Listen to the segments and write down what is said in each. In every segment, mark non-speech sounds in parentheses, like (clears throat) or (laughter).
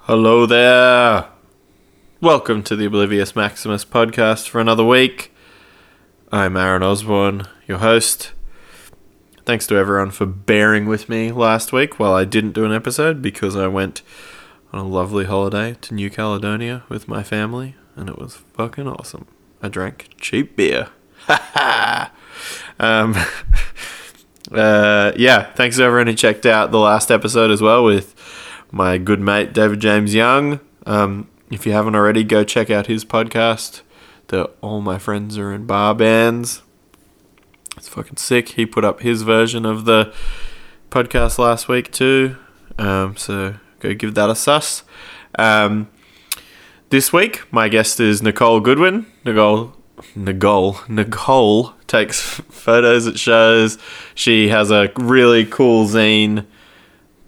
Hello there. Welcome to the Oblivious Maximus podcast for another week. I'm Aaron Osborne, your host. Thanks to everyone for bearing with me last week while I didn't do an episode because I went on a lovely holiday to New Caledonia with my family and it was fucking awesome. I drank cheap beer. (laughs) um, (laughs) uh, yeah, thanks to everyone who checked out the last episode as well with my good mate David James Young. Um, if you haven't already, go check out his podcast, the All My Friends Are in Bar Bands. It's fucking sick. He put up his version of the podcast last week too. Um, so go give that a sus. Um, this week, my guest is Nicole Goodwin. Nicole, Nicole, Nicole takes (laughs) photos at shows. She has a really cool zine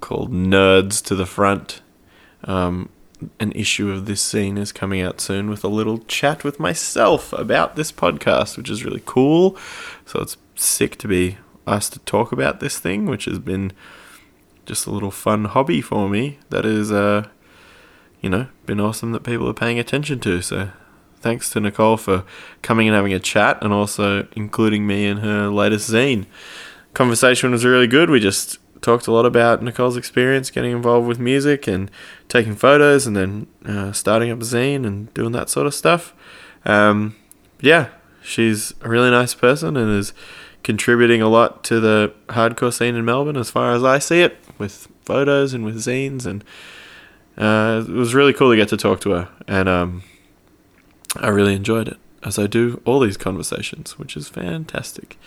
called Nerds to the Front. Um, an issue of this scene is coming out soon with a little chat with myself about this podcast, which is really cool. So it's sick to be asked to talk about this thing, which has been just a little fun hobby for me that is, uh, you know, been awesome that people are paying attention to. So thanks to Nicole for coming and having a chat and also including me in her latest zine conversation was really good. We just talked a lot about Nicole's experience getting involved with music and taking photos and then uh, starting up a zine and doing that sort of stuff. Um, yeah, she's a really nice person and is contributing a lot to the hardcore scene in Melbourne, as far as I see it, with photos and with zines. And uh, it was really cool to get to talk to her. And um, I really enjoyed it, as I do all these conversations, which is fantastic.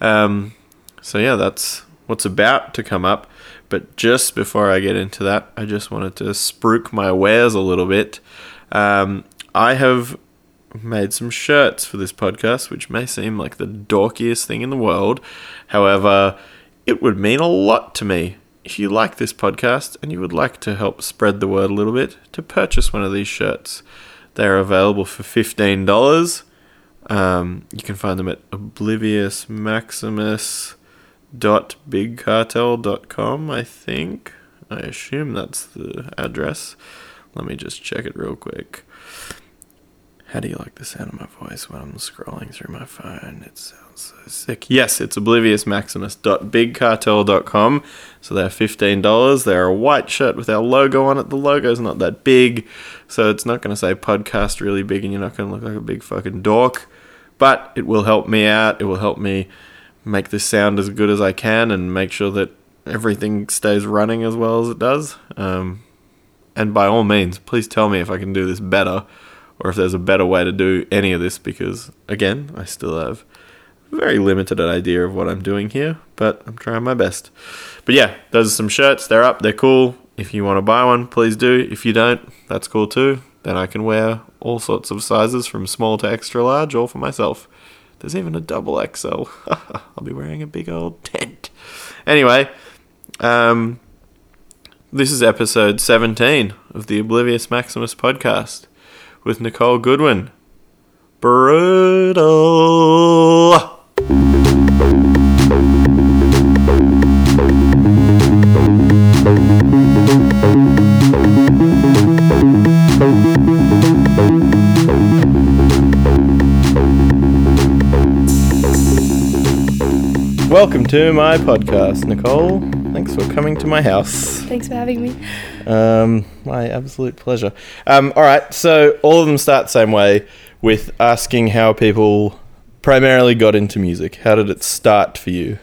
Um, so yeah, that's what's about to come up. But just before I get into that, I just wanted to spruik my wares a little bit. Um, I have made some shirts for this podcast, which may seem like the dorkiest thing in the world. However, it would mean a lot to me if you like this podcast and you would like to help spread the word a little bit to purchase one of these shirts. They are available for fifteen dollars. Um, you can find them at obliviousmaximus.bigcartel.com, I think. I assume that's the address. Let me just check it real quick. How do you like the sound of my voice when I'm scrolling through my phone? It sounds so sick. Yes, it's obliviousmaximus.bigcartel.com. So they're $15. They're a white shirt with our logo on it. The logo's not that big, so it's not going to say podcast really big and you're not going to look like a big fucking dork. But it will help me out. It will help me make this sound as good as I can and make sure that everything stays running as well as it does. Um, and by all means, please tell me if I can do this better or if there's a better way to do any of this because, again, I still have a very limited idea of what I'm doing here, but I'm trying my best. But yeah, those are some shirts. They're up, they're cool. If you want to buy one, please do. If you don't, that's cool too. Then I can wear all sorts of sizes from small to extra large, all for myself. There's even a double XL. (laughs) I'll be wearing a big old tent. Anyway, um, this is episode 17 of the Oblivious Maximus podcast with Nicole Goodwin. Brutal. Welcome to my podcast, Nicole. Thanks for coming to my house. Thanks for having me. Um, my absolute pleasure. Um, all right, so all of them start the same way with asking how people primarily got into music. How did it start for you?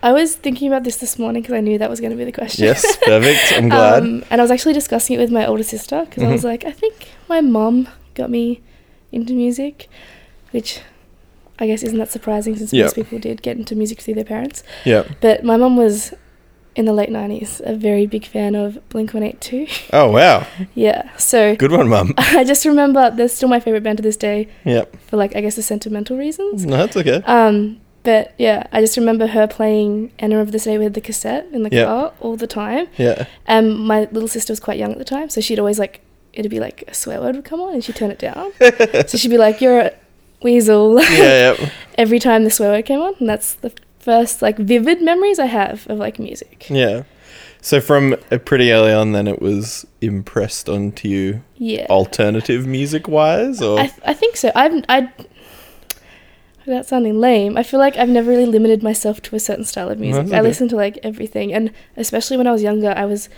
I was thinking about this this morning because I knew that was going to be the question. (laughs) Yes, perfect. I'm glad. Mm-hmm. Um, and I was actually discussing it with my older sister because I was like, I think my mum got me into music, which I guess isn't that surprising since Yeah. most people did get into music through their parents. yeah. But my mum was in the late 90s a very big fan of (laughs) Blink 182. Oh wow, yeah. So (laughs) good one, mum. I just remember they're still my favorite band to this day Yep. for, like, I guess the sentimental reasons. No, that's okay. Um, but yeah, I just remember her playing Anna of the Day with the cassette in the Yeah. car all the time. Yeah. Um, my little sister was quite young at the time, so she'd always like it'd be like a swear word would come on, and she'd turn (laughs) it down. so she'd be like, "You're a weasel," Yeah. Yep. (laughs) every time the swear word came on, and that's the first like vivid memories I have of like music. Yeah. So from uh, pretty early on, then it was impressed onto you Yeah. alternative music wise, or I, I think so. I've, I, without sounding lame, I feel like I've never really limited myself to a certain style of music. that's I okay. listen to like everything, and especially when I was younger, I was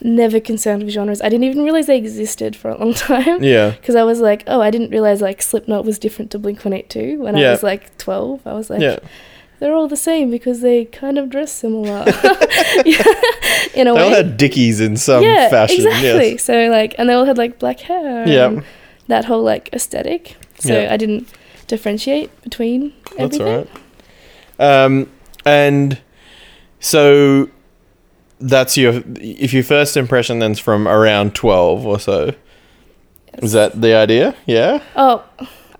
never concerned with genres. I didn't even realize they existed for a long (laughs) time. yeah, Because I was like, oh, I didn't realize like Slipknot was different to Blink One Eight Two when Yeah. I was like twelve. I was like, yeah. they're all the same because they kind of (laughs) dress similar. (laughs) Yeah, in a They way, all had Dickies in some fashion. Exactly. Yes. So like and they all had like black hair Yeah. and that whole like aesthetic. So Yeah. I didn't differentiate between That's everything. all right. Um, and so that's your if your first impression then's from around twelve or so. Is that the idea? Yeah. Oh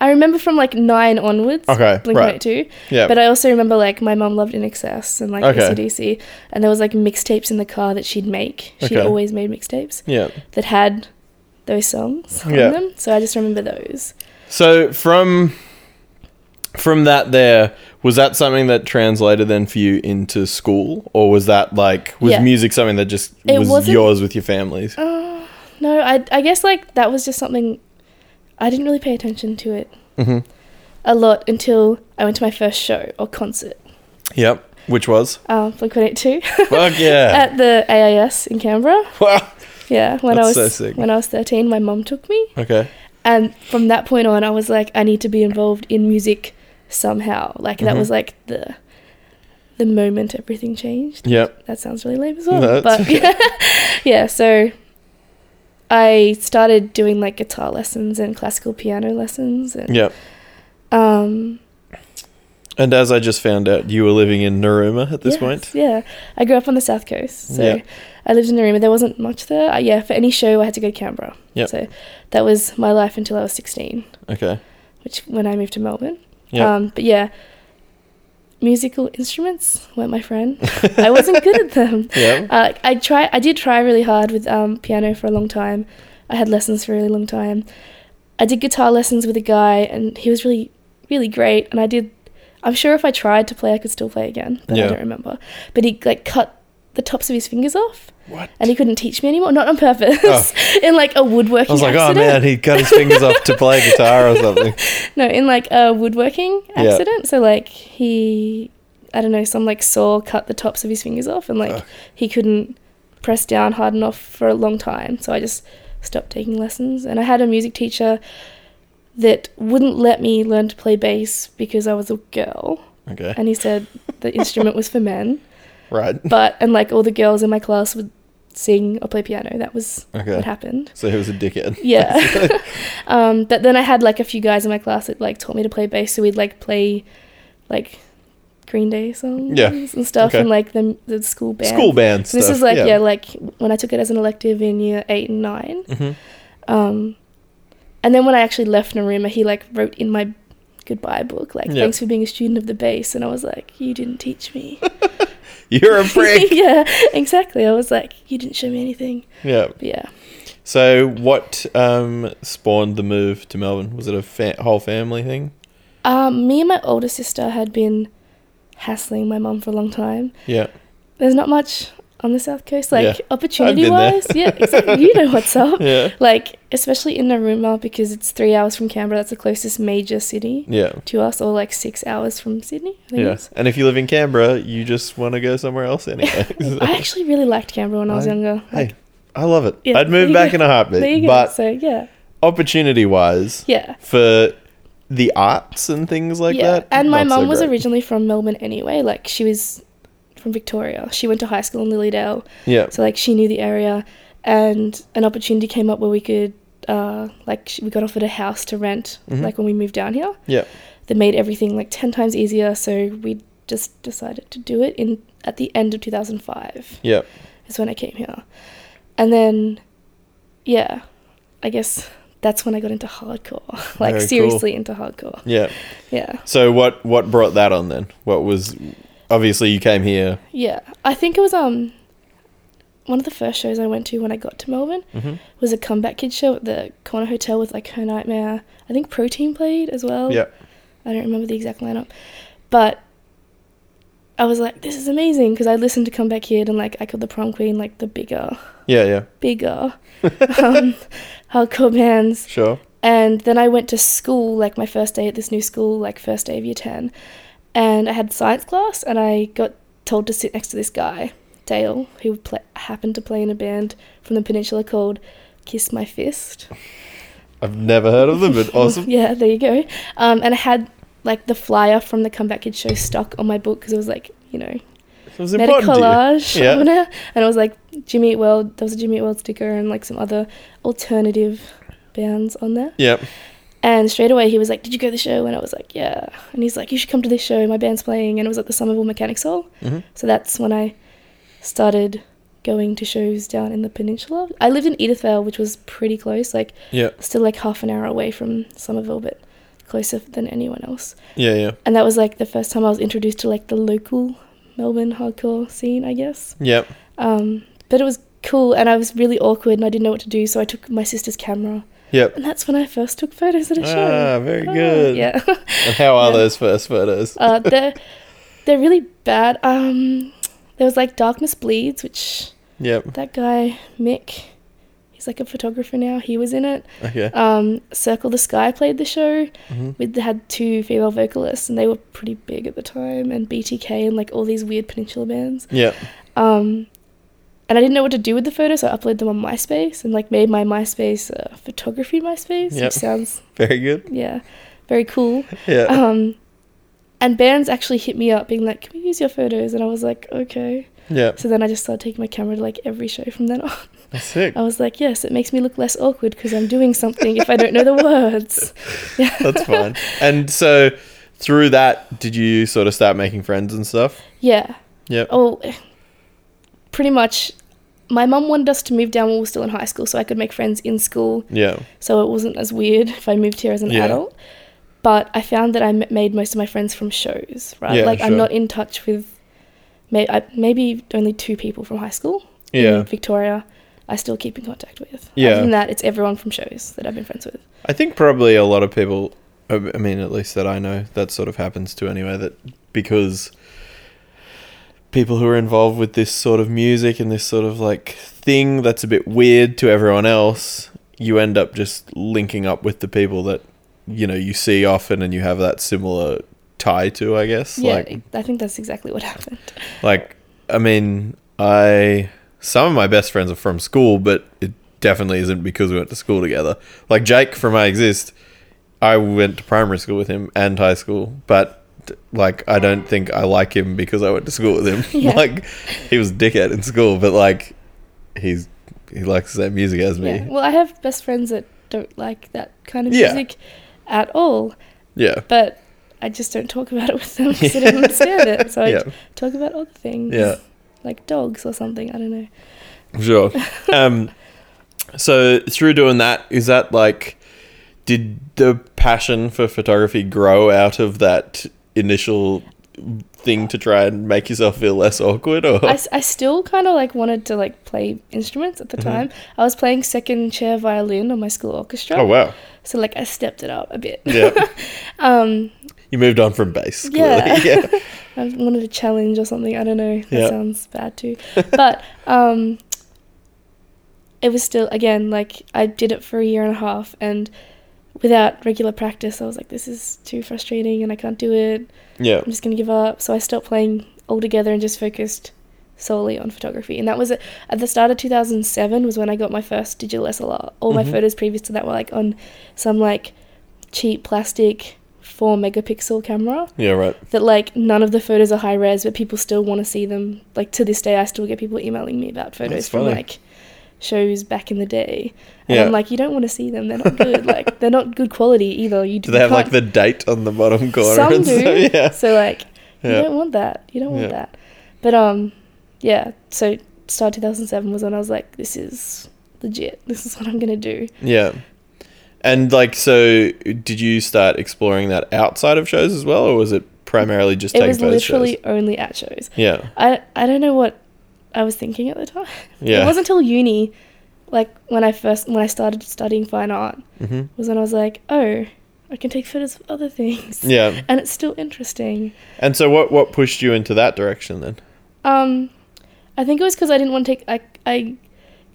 I remember from like nine onwards. Okay, Blink right. right. two. Yeah. But I also remember like my mum loved In Excess and like Okay. ACDC. And there was like mixtapes in the car that she'd make. She Okay. would always made mixtapes yeah. that had those songs on Yeah. them. So I just remember those. So from from that there was that something that translated then for you into school or was that like was Yeah. music something that just It was wasn't- yours with your families? Uh, Oh. no, I, I guess like that was just something I didn't really pay attention to it Mhm. a lot until I went to my first show or concert, Yep. Which (laughs) was? um, Blink 182, Fuck yeah. at the AIS in Canberra. (laughs) Wow. Yeah, when That's I so was sick. when I was 13, my mum took me, okay. and from that point on, I was like, I need to be involved in music somehow. Like that Mhm. was like the the moment everything changed. Yep. that sounds really lame as well. No, it's but yeah, (laughs) yeah. So I started doing like guitar lessons and classical piano lessons, and Yep. um, And as I just found out, you were living in Naruma at this yes, point. yeah. I grew up on the south coast, so Yeah. I lived in Narima. There wasn't much there. Uh, yeah, for any show, I had to go to Canberra. Yep. So that was my life until I was sixteen, Okay. which when I moved to Melbourne. Yep. Um, but yeah. Musical instruments weren't my friend. I wasn't good at them. Yeah. Uh, I try. I did try really hard with um, piano for a long time. I had lessons for a really long time. I did guitar lessons with a guy, and he was really, really great. And I did. I'm sure if I tried to play, I could still play again, but Yeah. I don't remember. But he like cut the tops of his fingers off, What? and he couldn't teach me anymore. Not on purpose. (laughs) in like a woodworking. Oh. I was like, accident. oh man, he cut his fingers off to play guitar or something. (laughs) No, in like a woodworking Yeah. accident. So like he, I don't know, some like saw cut the tops of his fingers off, and like Ugh. he couldn't press down hard enough for a long time. So I just stopped taking lessons, and I had a music teacher that wouldn't let me learn to play bass because I was a girl, Okay. and he said the instrument was for men. Right. But and like all the girls in my class would sing or play piano. That was Okay. what happened. So he was a dickhead. (laughs) Yeah. um, but then I had like a few guys in my class that like taught me to play bass, so we'd like play like Green Day songs Yeah. and stuff, Okay. and like the the school band. School band So this stuff, is like yeah. like when I took it as an elective in year eight and nine. Mhm. Um, and then when I actually left Naruma, he like wrote in my goodbye book like Yeah. thanks for being a student of the bass, and I was like, you didn't teach me. You're a (laughs) prick. (laughs) yeah, exactly. I was like, you didn't show me anything. yeah. But yeah. So what um, spawned the move to Melbourne? Was it a fa- whole family thing? Um, me and my older sister had been hassling my mum for a long time. Yeah. There's not much on the south coast, like Yeah. I've been opportunity wise. there. yeah, exactly. You know what's (laughs) up. Yeah. Like, especially in Naruma because it's three hours from Canberra. That's the closest major city Yeah. to us, or like six hours from Sydney. I think it Yeah. is. And if you live in Canberra, you just want to go somewhere else (laughs) anyway. So- (laughs) I actually really liked Canberra when I was I- younger. hey, I love it. Yeah, I'd there move you back go. in a heartbeat. there you go. But so yeah, opportunity wise, yeah. for the arts and things like yeah. that. And my not so mum was great. originally from Melbourne anyway. Like she was from Victoria. She went to high school in Lilydale. Yeah. So like she knew the area, and an opportunity came up where we could, uh, like sh- we got offered a house to rent, Mhm. like when we moved down here. Yeah. That made everything like ten times easier. So we just decided to do it in at the end of 2005 Yeah. is when I came here, and then, yeah, I guess that's when I got into hardcore, (laughs) like Very cool. seriously into hardcore. Yeah. Yeah, So what what brought that on then? What was obviously you came here. yeah. I think it was um. One of the first shows I went to when I got to Melbourne Mm-hmm. was a comeback kid show at the corner hotel with like her nightmare i think protein played as well Yeah. i don't remember the exact lineup but I was like, this is amazing because I listened to Come Back Kid and like I called the prom queen like the bigger, Yeah, yeah, bigger um, hardcore bands. sure. And then I went to school, like my first day at this new school, like first day of year 10. And I had science class, and I got told to sit next to this guy, Dale, who pla happened to play in a band from the peninsula called Kiss My Fist. I've never heard of them, (laughs) but awesome. yeah, there you go. Um, and I had like the flyer from the Comeback Kid show stuck on my book because it was like, you know, It was made a important to collage Yeah. on it. And it was like Jimmy Eat World, there was a Jimmy Eat World sticker and like some other alternative bands on there. you. Yep. And straight away he was like, "Did you go to the show?" And I was like, "Yeah." And he's like, "You should come to this show. My band's playing." And it was at the Somerville Mechanics Hall. Mhm. So that's when I started going to shows down in the peninsula. I lived in Edithvale, which was pretty close, like Yeah, still like half an hour away from Somerville, but closer than anyone else. yeah, yeah, And that was like the first time I was introduced to like the local Melbourne hardcore scene, I guess. yep. Um, but it was cool, and I was really awkward, and I didn't know what to do, so I took my sister's camera, Yep. and that's when I first took photos at a show. Ah, very Ah, good. Yeah. And how are (laughs) Yeah. those first photos? uh, they're they're really bad. Um, there was like Darkness Bleeds, which yep. that guy Mick, he's like a photographer now. He was in it. Okay. Um, Circle the Sky played the show. Mhm. We had two female vocalists, and they were pretty big at the time. And BTK and like all these weird Peninsula bands. Yep. Um, and I didn't know what to do with the photos, so I uploaded them on MySpace and like made my MySpace uh, photography MySpace, Yep. which sounds Very good. yeah, very cool. Yeah. um, and bands actually hit me up being like, "Can we use your photos?" And I was like, "Okay." yep. So then I just started taking my camera to like every show from then on. (laughs) That's sick. I was like, "Yes, it makes me look less awkward because I'm doing something if I don't know the words." (laughs) That's fine. And so through that, did you sort of start making friends and stuff? Yeah. Yep. Oh, pretty much. My mum wanted us to move down when we were still in high school, so I could make friends in school, Yeah. so it wasn't as weird if I moved here as an Yeah. adult. But I found that I m- made most of my friends from shows, right? Yeah, like I'm sure. not in touch with may- I, maybe only two people from high school. Yeah. in Victoria, I still keep in contact with. Yeah. Other than that, it's everyone from shows that I've been friends with. I think probably a lot of people, I I mean, at least that I know, that sort of happens to anyway, that because people who are involved with this sort of music and this sort of like thing that's a bit weird to everyone else, you end up just linking up with the people that, you know, you see often and you have that similar tie to, I guess. yeah, Like, I think that's exactly (laughs) what happened. like, I mean, I some of my best friends are from school, but it definitely isn't because we went to school together. Like Jake from I Exist, I went to primary school with him and high school, but like I don't think I like him because I went to school with him. Yeah. (laughs) like he was a dickhead in school, but like he's he likes the same music as Yeah. me. Well, I have best friends that don't like that kind of Yeah. music at all, Yeah. but I just don't talk about it with them (laughs) because I don't understand it. So I Yeah. talk about other things. Yeah. Like dogs or something. I don't know. (laughs) Sure. um, so through doing that, is that like, did the passion for photography grow out of that initial thing to try and make yourself feel less awkward, or I, s- I still kind of like wanted to like play instruments at the Mm-hmm. time. I was playing second chair violin on my school orchestra. oh wow, So like I stepped it up a bit. yeah, (laughs) Um, you moved on from bass, Yeah. clearly. (laughs) Yeah, I wanted a challenge or something. I don't know. That Yeah. sounds bad too. But (laughs) um, it was still again like I did it for a year and a half, and without regular practice, I was like, this is too frustrating, and I can't do it. yeah, I'm just gonna give up. So I stopped playing altogether and just focused solely on photography. And that was at at the start of 2007 was when I got my first digital SLR. All my Mhm. photos previous to that were like on some like cheap plastic four megapixel camera yeah, right, that like none of the photos are high res, but people still want to see them. Like to this day, I still get people emailing me about photos That's from funny. like shows back in the day, and yeah. I'm like, you don't want to see them. They're (laughs) not good. like they're not good quality either. You do they have like can't- the date on the bottom corner? (laughs) some and do. stuff? yeah, So like you Yeah. don't want that. You don't want Yeah. that. But um, yeah. So start 2007 was when I was like, this is legit. This is what I'm gonna do. yeah. And like, so did you start exploring that outside of shows as well, or was it primarily just it taking was photos? at shows? literally only at shows. Yeah, I I don't know what I was thinking at the time. yeah. It wasn't until uni, like when I first when I started studying fine art, Mm-hmm. was when I was like, oh, I can take photos of other things. Yeah. And it's still interesting. And so what what pushed you into that direction then? Um, I think it was because I didn't want to take. I I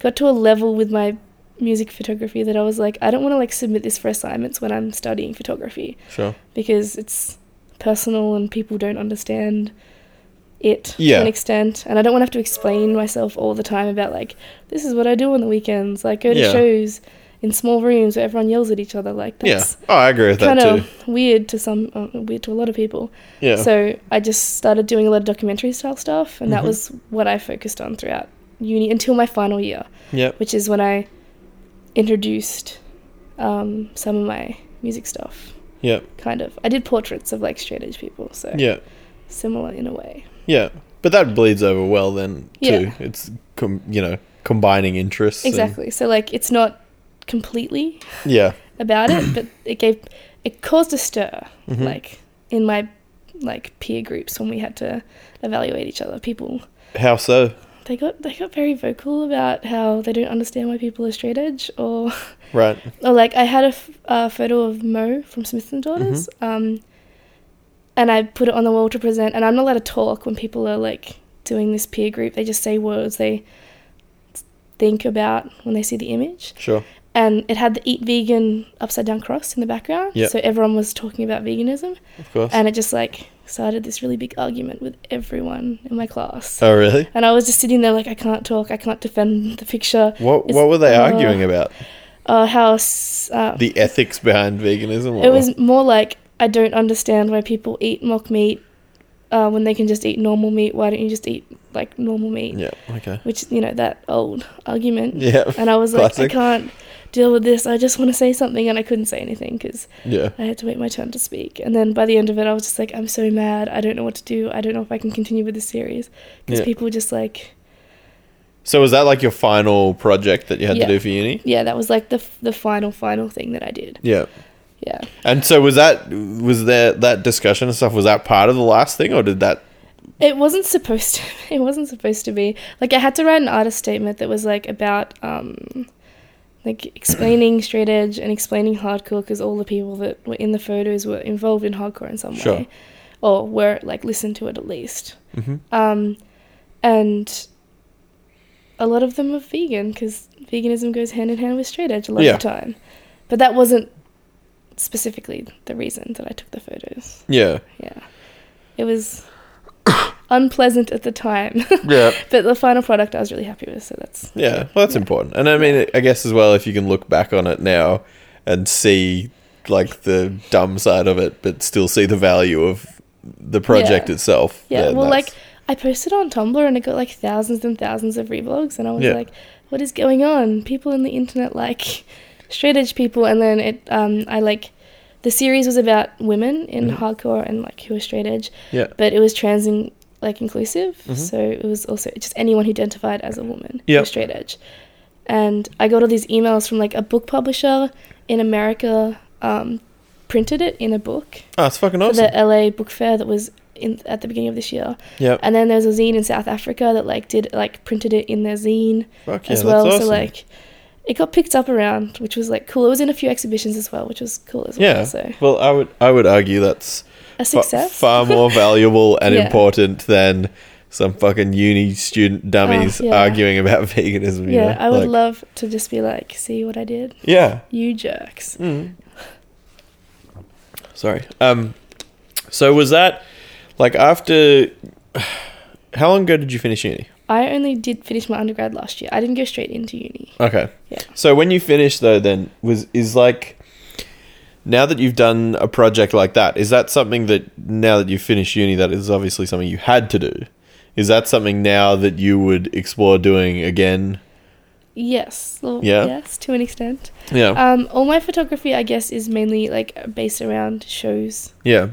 got to a level with my music photography that I was like, I don't want to like submit this for assignments when I'm studying photography Sure. because it's personal and people don't understand it Yeah. to an extent, and I don't want to have to explain myself all the time about like this is what I do on the weekends. Like go to Yeah. shows in small rooms where everyone yells at each other. Like that's yeah. Oh, I agree with that kind too. of weird to some, uh, weird to a lot of people. Yeah. So I just started doing a lot of documentary style stuff, and that Mhm. was what I focused on throughout uni until my final year, yep. which is when I introduced um, some of my music stuff. Yep. Kind of. I did portraits of like straight edge people, so Yeah. similar in a way. Yeah. But that bleeds over well then too. Yeah. It's com- you know, combining interests. and- Exactly. So like it's not completely yeah. about it, but it gave it caused a stir Mhm. like in my like peer groups when we had to evaluate each other. People How so? they got they got very vocal about how they don't understand why people are straight edge or Right. or Oh, like I had a f- a photo of Mo from Smith and Daughters, Mm-hmm. um, and I put it on the wall to present. And I'm not allowed to talk when people are like doing this peer group. They just say words they think about when they see the image. Sure. And it had the eat vegan upside down cross in the background, Yep. so everyone was talking about veganism, Of course. and it just like started this really big argument with everyone in my class. oh, really? And I was just sitting there like I can't talk, I can't defend the picture. What It's- what were they uh, arguing about? Uh, how s- uh, The ethics behind veganism or It was more like I don't understand why people eat mock meat uh, when they can just eat normal meat. Why don't you just eat like normal meat? Yeah, okay. Which you know that old argument. Yeah. And I was like, Classic. I can't deal with this. I just want to say something, and I couldn't say anything because Yeah. I had to wait my turn to speak. And then by the end of it, I was just like, I'm so mad. I don't know what to do. I don't know if I can continue with this series because Yeah. people just like So was that like your final project that you had Yeah. to do for uni? yeah. That was like the f- the final final thing that I did. Yeah. Yeah. And so was that was there that discussion and stuff was that part of the last thing or did that It wasn't supposed to. (laughs) It wasn't supposed to be. Like I had to write an artist statement that was like about um, like (clears throat) explaining straight edge and explaining hardcore because all the people that were in the photos were involved in hardcore in some Sure. way, or were like listened to it at least. Um, and a lot of them were vegan because veganism goes hand in hand with straight edge a lot Yeah. of the time. But that wasn't specifically the reason that I took the photos. Yeah. Yeah. It was (coughs) unpleasant at the time. Yeah. (laughs) but the final product I was really happy with, so that's Yeah, well, that's Yeah. important. And I mean, I guess as well, if you can look back on it now and see like the dumb side of it, but still see the value of the project Yeah. itself. yeah, then well that's- like I posted on Tumblr and it got like thousands and thousands of reblogs and I was Yeah. like, What is going on? People in the internet like straight edge people and then it um I like the series was about women in Mhm. hardcore and like who are straight edge. Yeah. But it was trans and like inclusive. Mhm. So it was also just anyone who identified as a woman who Yep. was straight edge. And I got all these emails from like a book publisher in America, um, printed it in a book oh, it's fucking for awesome. the LA book fair that was in at the beginning of this year. Yeah, And then there's a zine in South Africa that like did like printed it in their zine fuck yeah, as well. that's awesome. So like it got picked up around, which was like cool. It was in a few exhibitions as well, which was cool as yeah. well. So Well, I would I would argue that's fa- a success. far (laughs) more valuable and Yeah. important than some fucking uni student dummies Ah, yeah. arguing about (laughs) veganism. you yeah, know? I would Like, love to just be like, see what I did. Yeah. You jerks. Mm. Sorry. Um, so was that like after? (sighs) How long ago did you finish uni? I only did finish my undergrad last year. I didn't go straight into uni. Okay. Yeah. So when you finished though, then was is like now that you've done a project like that, is that something that now that you've finished uni, that is obviously something you had to do? Is that something now that you would explore doing again? Yes. Well, Yeah. Yes, to an extent. Yeah. Um, all my photography, I guess, is mainly like based around shows yeah.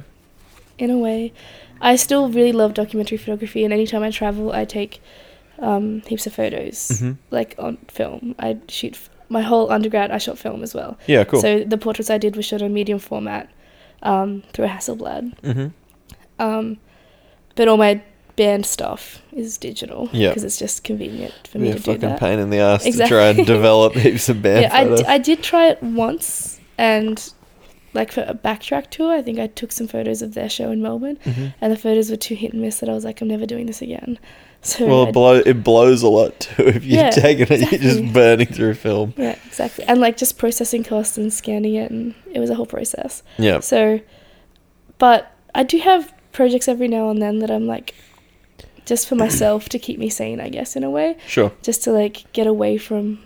in a way. I still really love documentary photography, and anytime I travel, I take um, heaps of photos, Mhm. like on film. I shoot f- my whole undergrad. I shot film as well. Yeah. Cool. So the portraits I did were shot on medium format um, through a Hasselblad. mm-hmm. Um, but all my band stuff is digital Yeah. because it's just convenient for me Be a to do fucking that. pain in the ass to try Exactly. (laughs) and develop heaps of band yeah, I, d- photos. I did try it once and like for a backtrack tour, I think I took some photos of their show in Melbourne, Mm-hmm. and the photos were too hit and miss that I was like, I'm never doing this again. (laughs) So Well, I- it, blow, it blows a lot too. (laughs) If you're Yeah, taking it, you're exactly. just burning through film. yeah, exactly, and like just processing costs and scanning it, and it was a whole process. Yeah. So, but I do have projects every now and then that I'm like, just for myself to keep me sane, I guess, in a way, Sure. just to like get away from.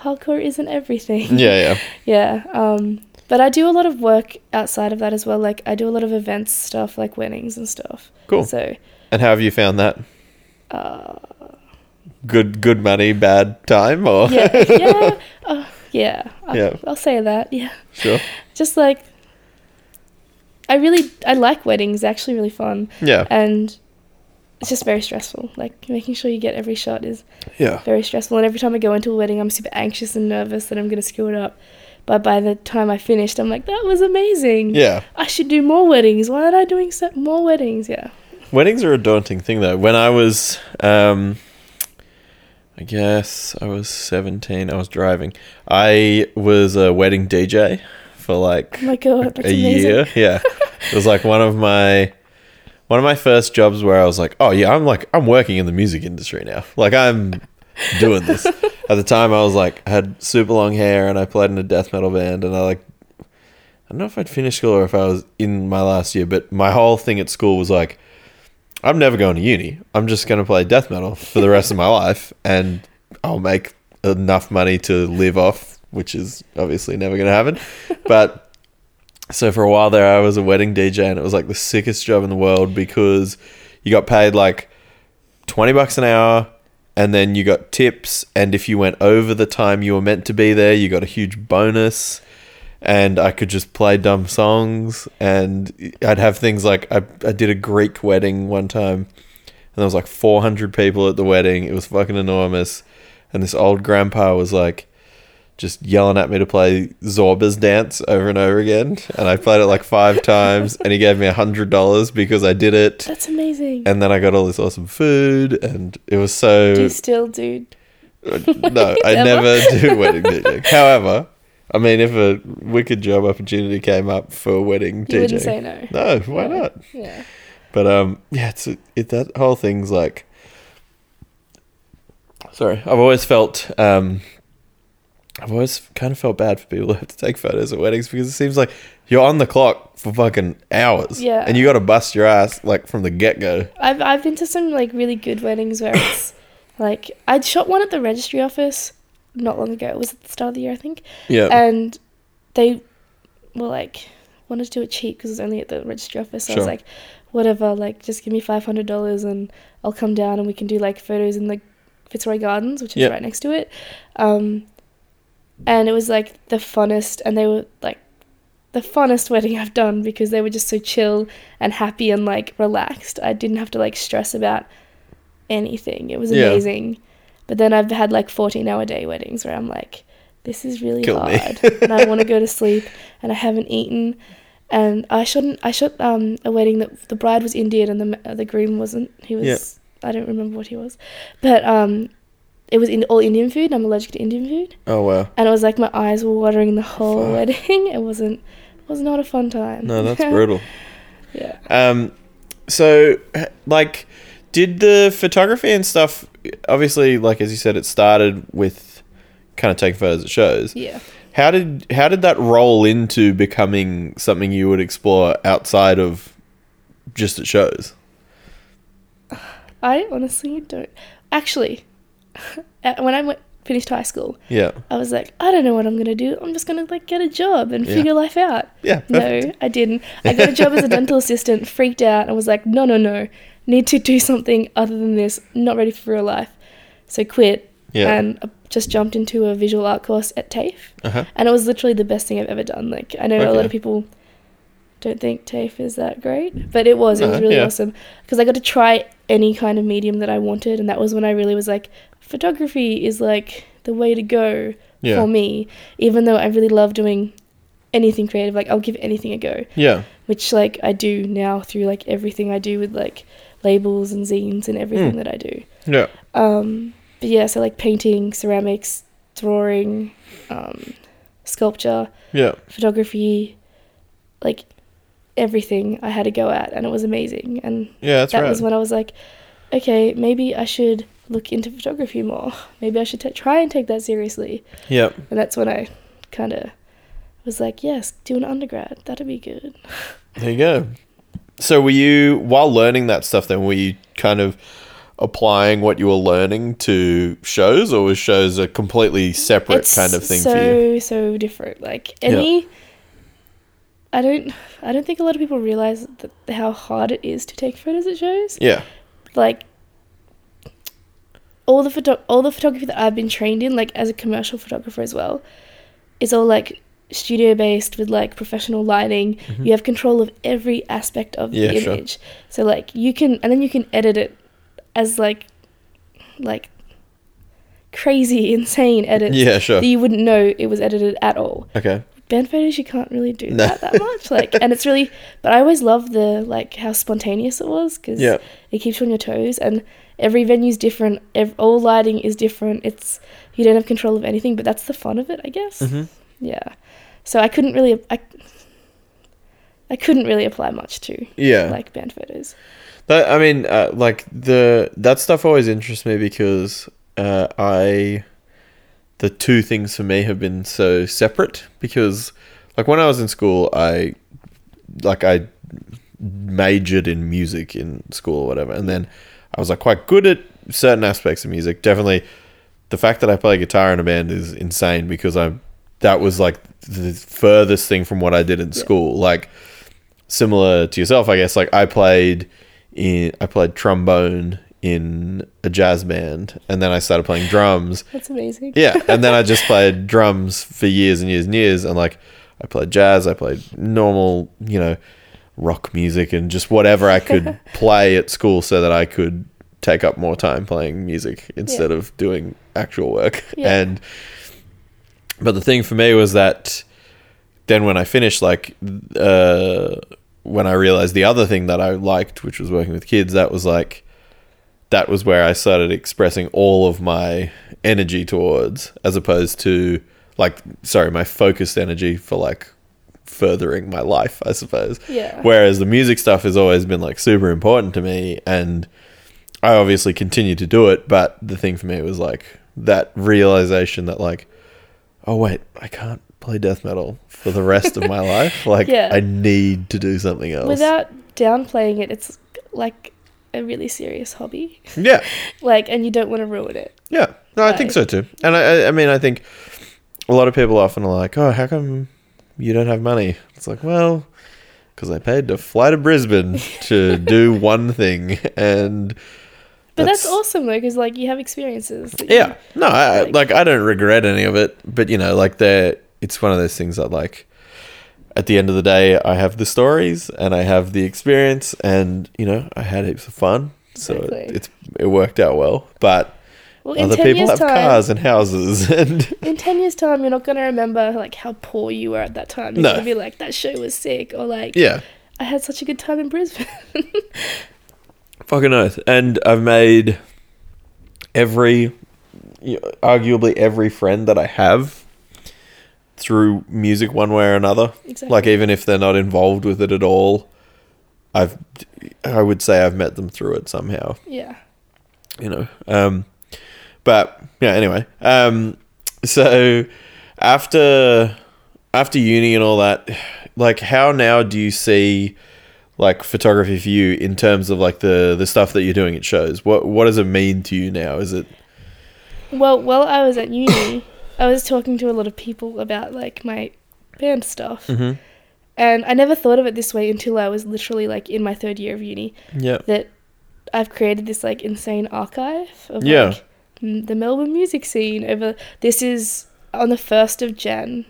Hardcore isn't everything. Yeah, yeah. (laughs) Yeah. Um, but I do a lot of work outside of that as well. Like I do a lot of events stuff, like weddings and stuff. Cool. So And how have you found that? uh, Good good money, bad time, or (laughs) yeah, yeah, uh, yeah. I'll, "Oh, Yeah. I'll say that. Yeah. sure. Just like I really I like weddings. They're actually really fun, Yeah. and it's just very stressful. Like making sure you get every shot is Yeah. very stressful. And every time I go into a wedding, I'm super anxious and nervous that I'm gonna screw it up. But by the time I finished, I'm like, that was amazing. Yeah. I should do more weddings. Why aren't I doing so- more weddings? Yeah. Weddings are a daunting thing, though. When I was, um, I guess I was 17, I was driving. I was a wedding DJ for like Oh my god, that's a amazing. year. (laughs) Yeah. it was like one of my. One of my first jobs where I was like, "Oh yeah, I'm like I'm working in the music industry now. (laughs) Like I'm doing this." At the time, I was like, I had super long hair and I played in a death metal band, and I like I don't know if I'd finished school or if I was in my last year, but my whole thing at school was like, I'm never going to uni. I'm just going to play death metal for the rest of my life, and I'll make enough money to live off, which is obviously never going to happen. But so for a while there, I was a wedding DJ, and it was like the sickest job in the world because you got paid like 20 bucks an hour and then you got tips and if you went over the time you were meant to be there you got a huge bonus and i could just play dumb songs and i'd have things like i, I did a greek wedding one time and there was like 400 people at the wedding it was fucking enormous and this old grandpa was like just yelling at me to play Zorba's dance over and over again. And I played it like five times, and he gave me a $100 because I did it That's amazing. and then I got all this awesome food, and it was so. uh, do you still do? (laughs) no, I never do wedding DJing. However, I mean, if a wicked job opportunity came up for wedding You DJing, wouldn't say no. no, why Yeah. not? Yeah. But um, yeah, it's it that whole thing's like. Sorry, I've always felt um. I've always kind of felt bad for people who have to take photos at weddings because it seems like you're on the clock for fucking hours, Yeah. and you got to bust your ass like from the get go. I've I've been to some like really good weddings where it's like I shot one at the registry office not long ago. It was at the start of the year, I think. Yeah, and they were like wanted to do it cheap because it was only at the registry office. So I was Sure. like, whatever, like just give me five hundred dollars and I'll come down and we can do like photos in the Fitzroy Gardens, which is Yep. right next to it. Um, and it was like the funnest, and they were like the funnest wedding I've done because they were just so chill and happy and like relaxed. I didn't have to like stress about anything. It was Yeah. amazing. But then I've had like 14 hour day weddings where I'm like, this is really Kill me. hard and I want to go to sleep and I haven't eaten. And I shouldn't, I shot um, a wedding that the bride was Indian and the, uh, the groom wasn't. He was, I don't remember what he was. But um, it was in, all Indian food and I'm allergic to Indian food. Oh wow. And it was like my eyes were watering the whole Fuck. wedding. (laughs) It wasn't, it was not a fun time. No, (laughs) that's brutal. yeah. Um, so h- like, did the photography and stuff? Obviously, like as you said, it started with kind of taking photos at shows. Yeah. How did how did that roll into becoming something you would explore outside of just at shows? I honestly don't. Actually, (laughs) uh, when I went, finished high school, Yeah, I was like, I don't know what I'm gonna do. I'm just gonna like get a job and Yeah. figure life out. yeah, No, I didn't. I got a job as (laughs) a dental assistant, freaked out, and was like, no, no, no, need to do something other than this. Not ready for real life, so quit yeah, and uh, just jumped into a visual art course at TAFE, uh-huh. and it was literally the best thing I've ever done. Like I know a lot Okay. of people don't think TAFE is that great, but it was. It was Uh, really yeah. awesome because I got to try any kind of medium that I wanted, and that was when I really was like, photography is like the way to go yeah, for me, even though I really love doing anything creative. Like, I'll give anything a go, yeah, which, like, I do now through, like, everything I do with, like, labels and zines and everything Mm. that I do. yeah. Um, but yeah, so, like, painting, ceramics, drawing, um, sculpture, Yeah. photography, like everything I had a go at, and it was amazing. And Yeah, that's that right. was when I was like, okay, maybe I should look into photography more. (laughs) Maybe I should ta try and take that seriously. yep. And that's when I kind of was like, yes, do an undergrad. That'd be good. There you go. So were you while learning that stuff then were you kind of applying what you were learning to shows or was shows a completely separate kind of thing so, for you? So different. Like Yeah. any, I don't, I don't think a lot of people realize that, how hard it is to take photos at shows. Yeah. Like all the photo, all the photography that I've been trained in, like as a commercial photographer as well, is all like studio based with like professional lighting. You have control of every aspect of Mm-hmm. Yeah, the sure. image. So like you can, and then you can edit it as like, like crazy, (laughs) insane edits Yeah, sure. that you wouldn't know it was edited at all. okay. Band photos, you can't really do No. that that much. Like, and it's really, but I always love the like how spontaneous it was because Yeah. it keeps you on your toes. And every venue's different. Ev- all lighting is different. It's you don't have control of anything, but that's the fun of it, I guess. Mhm. Yeah. So I couldn't really, I, I couldn't really apply much to Yeah. like band photos. That I mean, uh, like the that stuff always interests me because uh, I the two things for me have been so separate because like when I was in school, I like I majored in music in school or whatever, and then I was like quite good at certain aspects of music. Definitely, the fact that I play guitar in a band is insane because I that was like the furthest thing from what I did in school. Like similar to yourself, I guess. Like I played in I played trombone in a jazz band, and then I started playing drums. That's amazing. Yeah, and then I just played drums for years and years and years, and like I played jazz, I played normal, you know, rock music and just whatever I could play at school, so that I could take up more time playing music instead of doing actual work. Yeah. And but the thing for me was that then when I finished, like, uh, when I realized the other thing that I liked, which was working with kids, that was like, that was where I started expressing all of my energy towards, as opposed to like, sorry, my focused energy for like furthering my life, I suppose. Yeah. Whereas the music stuff has always been like super important to me, and I obviously continue to do it. But the thing for me was like that realization that like, oh wait, I can't play death metal for the rest of (laughs) my life. Like Yeah. I need to do something else. Without downplaying it, it's like a really serious hobby. yeah, Like, and you don't want to ruin it. yeah. No, I think Right. so too. And I, I, I mean, I think a lot of people often are like, oh, how come you don't have money? It's like, well, because I paid to fly to Brisbane (laughs) to do one thing, and But that's, That's- awesome though, because like you have experiences. that you- Yeah. No, I, Like- like I don't regret any of it, but you know, like they're it's one of those things that like at the end of the day I have the stories and I have the experience and you know, I had heaps of fun. So it, Exactly. it's it worked out well, but Well, in other ten people years have time, cars and houses (laughs) and in ten years time, you're not gonna remember like how poor you were at that time. You're No. gonna be like, that show was sick, or like, yeah. I had such a good time in Brisbane. (laughs) Fucking oath. And I've made every, arguably every friend that I have through music one way or another. Exactly. Like, even if they're not involved with it at all, I've, I would say I've met them through it somehow, yeah. you know. Um, but yeah, anyway. Um, so after, after uni and all that, like, how now do you see, like photography for you in terms of like the the stuff that you're doing at shows what what does it mean to you now is it Well, while I was at uni, I was talking to a lot of people about like my band stuff, Mm. and I never thought of it this way until I was literally like in my third year of uni. yeah that I've created this like insane archive of Yeah. like m- the Melbourne music scene over this is on the 1st of Jan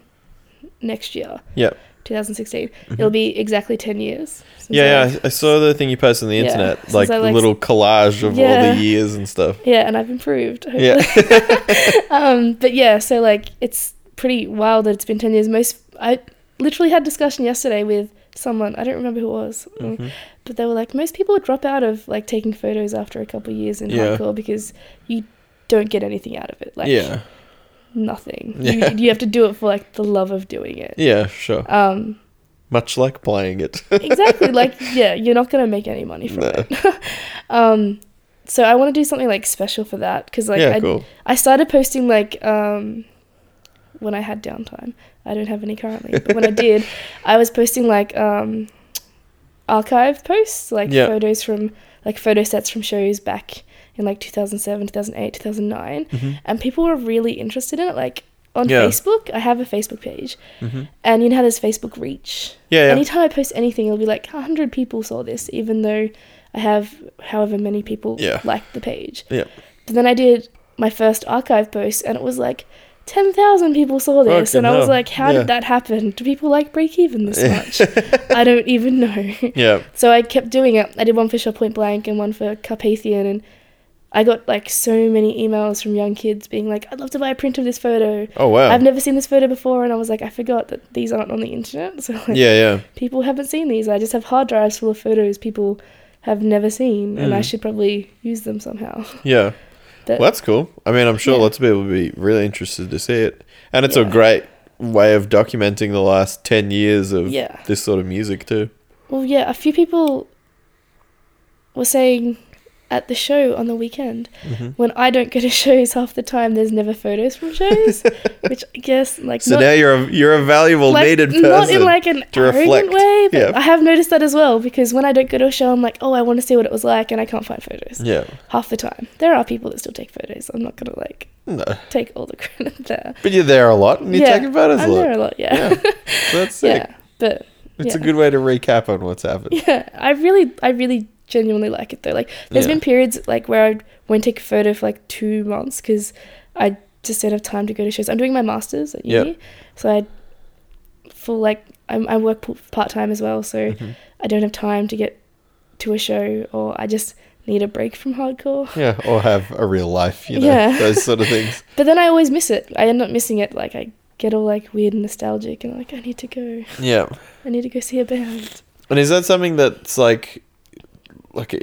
next year yeah Mm-hmm. 2016 it'll be exactly 10 years since yeah, I- yeah I, I saw the thing you posted on the Yeah, internet since like I, the like, little collage of all Yeah. the years and (laughs) stuff yeah and I've improved hopefully. (laughs) yeah um but yeah so like it's pretty wild that it's been 10 years most I literally had discussion yesterday with someone I don't remember who it was Mm-hmm. um, but they were like most people drop out of like taking photos after a couple of years in Yeah. hardcore because you don't get anything out of it like yeah nothing. Yeah. You, you have to do it for like the love of doing it. Yeah, sure. Um, Much like playing it. (laughs) exactly. like, yeah, you're not gonna make any money from No. it. (laughs) um, so I want to do something like special for that because like yeah, I, (laughs) cool. I started posting like um, when I had downtime. I don't have any currently, but (laughs) when I did, I was posting like um, archive posts, like Yeah. photos from like photo sets from shows back in like 2007, 2008, 2009, Mm-hmm, and people were really interested in it. Like on Yeah. Facebook, I have a Facebook page, Mhm. and you know how there's Facebook reach. Yeah, yeah. Anytime I post anything, it'll be like 100 people saw this, even though I have however many people Yeah. liked the page. Yeah. But then I did my first archive post, and it was like 10,000 people saw this. Fucking and I was hell. like, how Yeah. did that happen? Do people like break even this much? I don't even know. (laughs) Yeah. so I kept doing it. I did one for Shop Point Blank and one for Carpathian, and I got like so many emails from young kids being like, I'd love to buy a print of this photo. Oh wow. I've never seen this photo before, and I was like, I forgot that these aren't on the internet. (laughs) So like, yeah, yeah. people haven't seen these. I just have hard drives full of photos people have never seen, and I Mm. should probably use them somehow. Yeah. But- well, that's cool. I mean, I'm sure Yeah. lots of people would be really interested to see it. And it's a Yeah. great way of documenting the last 10 years of (laughs) Yeah. this sort of music, too. Well, yeah, a few people were saying at the show on the weekend Mm-hmm. when I don't go to (laughs) shows half the time, there's never photos from (laughs) shows, which I guess like So not, now you're a, you're a valuable, like, needed person. not in like an to reflect. arrogant way, but Yeah. I have noticed that as well because when I don't go to a show, I'm like, oh, I want to see what it was like, and I can't find photos yeah. half the time. There are people that still take photos. I'm not gonna like No. take all the (laughs) credit there. But you're there a lot and you're taking photos a I'm there lot. a lot. Yeah, (laughs) Yeah. So that's sick. yeah, but It's a yeah. good way to recap on what's happened. Yeah, I really, I really genuinely like it though. Like, there's Yeah. been periods like where I won't take a photo for like two months because I just don't have time to go to shows. I'm doing my masters at Yeah. uni, so I full like I'm, I work part time as well, so Mm-hmm. I don't have time to get to a show or I just need a break from hardcore. Yeah, or have a real life, you know, Yeah. those sort of (laughs) things. But then I always miss it. I end up missing it. Like I get all like weird and nostalgic and like I need to go. Yeah. I need to go see a band. And is that something that's like, like,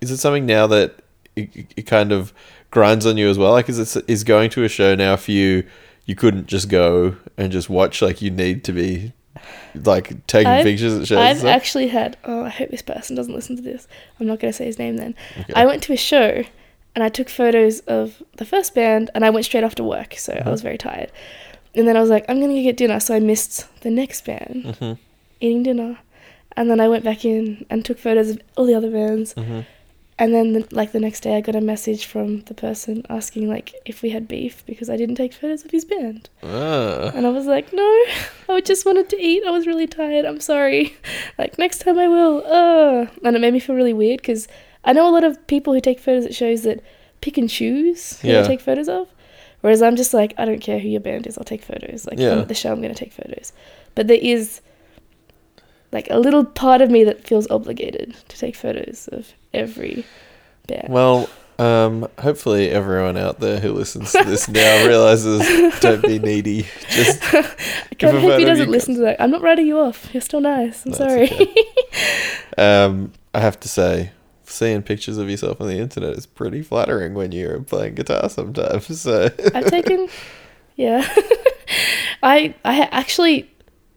is it something now that it, it kind of grinds on you as well? Like, is it is going to a show now for you? You couldn't just go and just watch. Like, you need to be like taking I've- pictures at shows. and I've stuff? actually had. Oh, I hope this person doesn't listen to this. I'm not going to say his name then. Okay. I went to a show and I took photos of the first band and I went straight after work, so I was very tired. And then I was like, I'm going to get dinner, so I missed the next band Mhm. eating dinner. And then I went back in and took photos of all the other bands. Mhm. And then, the, like the next day, I got a message from the person asking like if we had beef because I didn't take photos of his band. Ah. And I was like, no, I just wanted to eat. I was really tired. I'm sorry. Like, next time I will. Uh. And it made me feel really weird because I know a lot of people who take photos at shows that pick and choose who Yeah. they take photos of. Whereas I'm just like, I don't care who your band is. I'll take photos. Like, Yeah. I'm at the show, I'm going to take photos. But there is like a little part of me that feels obligated to take photos of every band. Well, um, hopefully everyone out there who listens to this (laughs) now realizes don't be needy. Just I kind a of hope he photo of doesn't you listen to that. I'm not writing you off. You're still nice. I'm No, it's sorry. (laughs) okay. Um, I have to say, seeing pictures of yourself on the internet is pretty flattering when you're playing guitar sometimes. (laughs) So I've taken, yeah. (laughs) I I ha- actually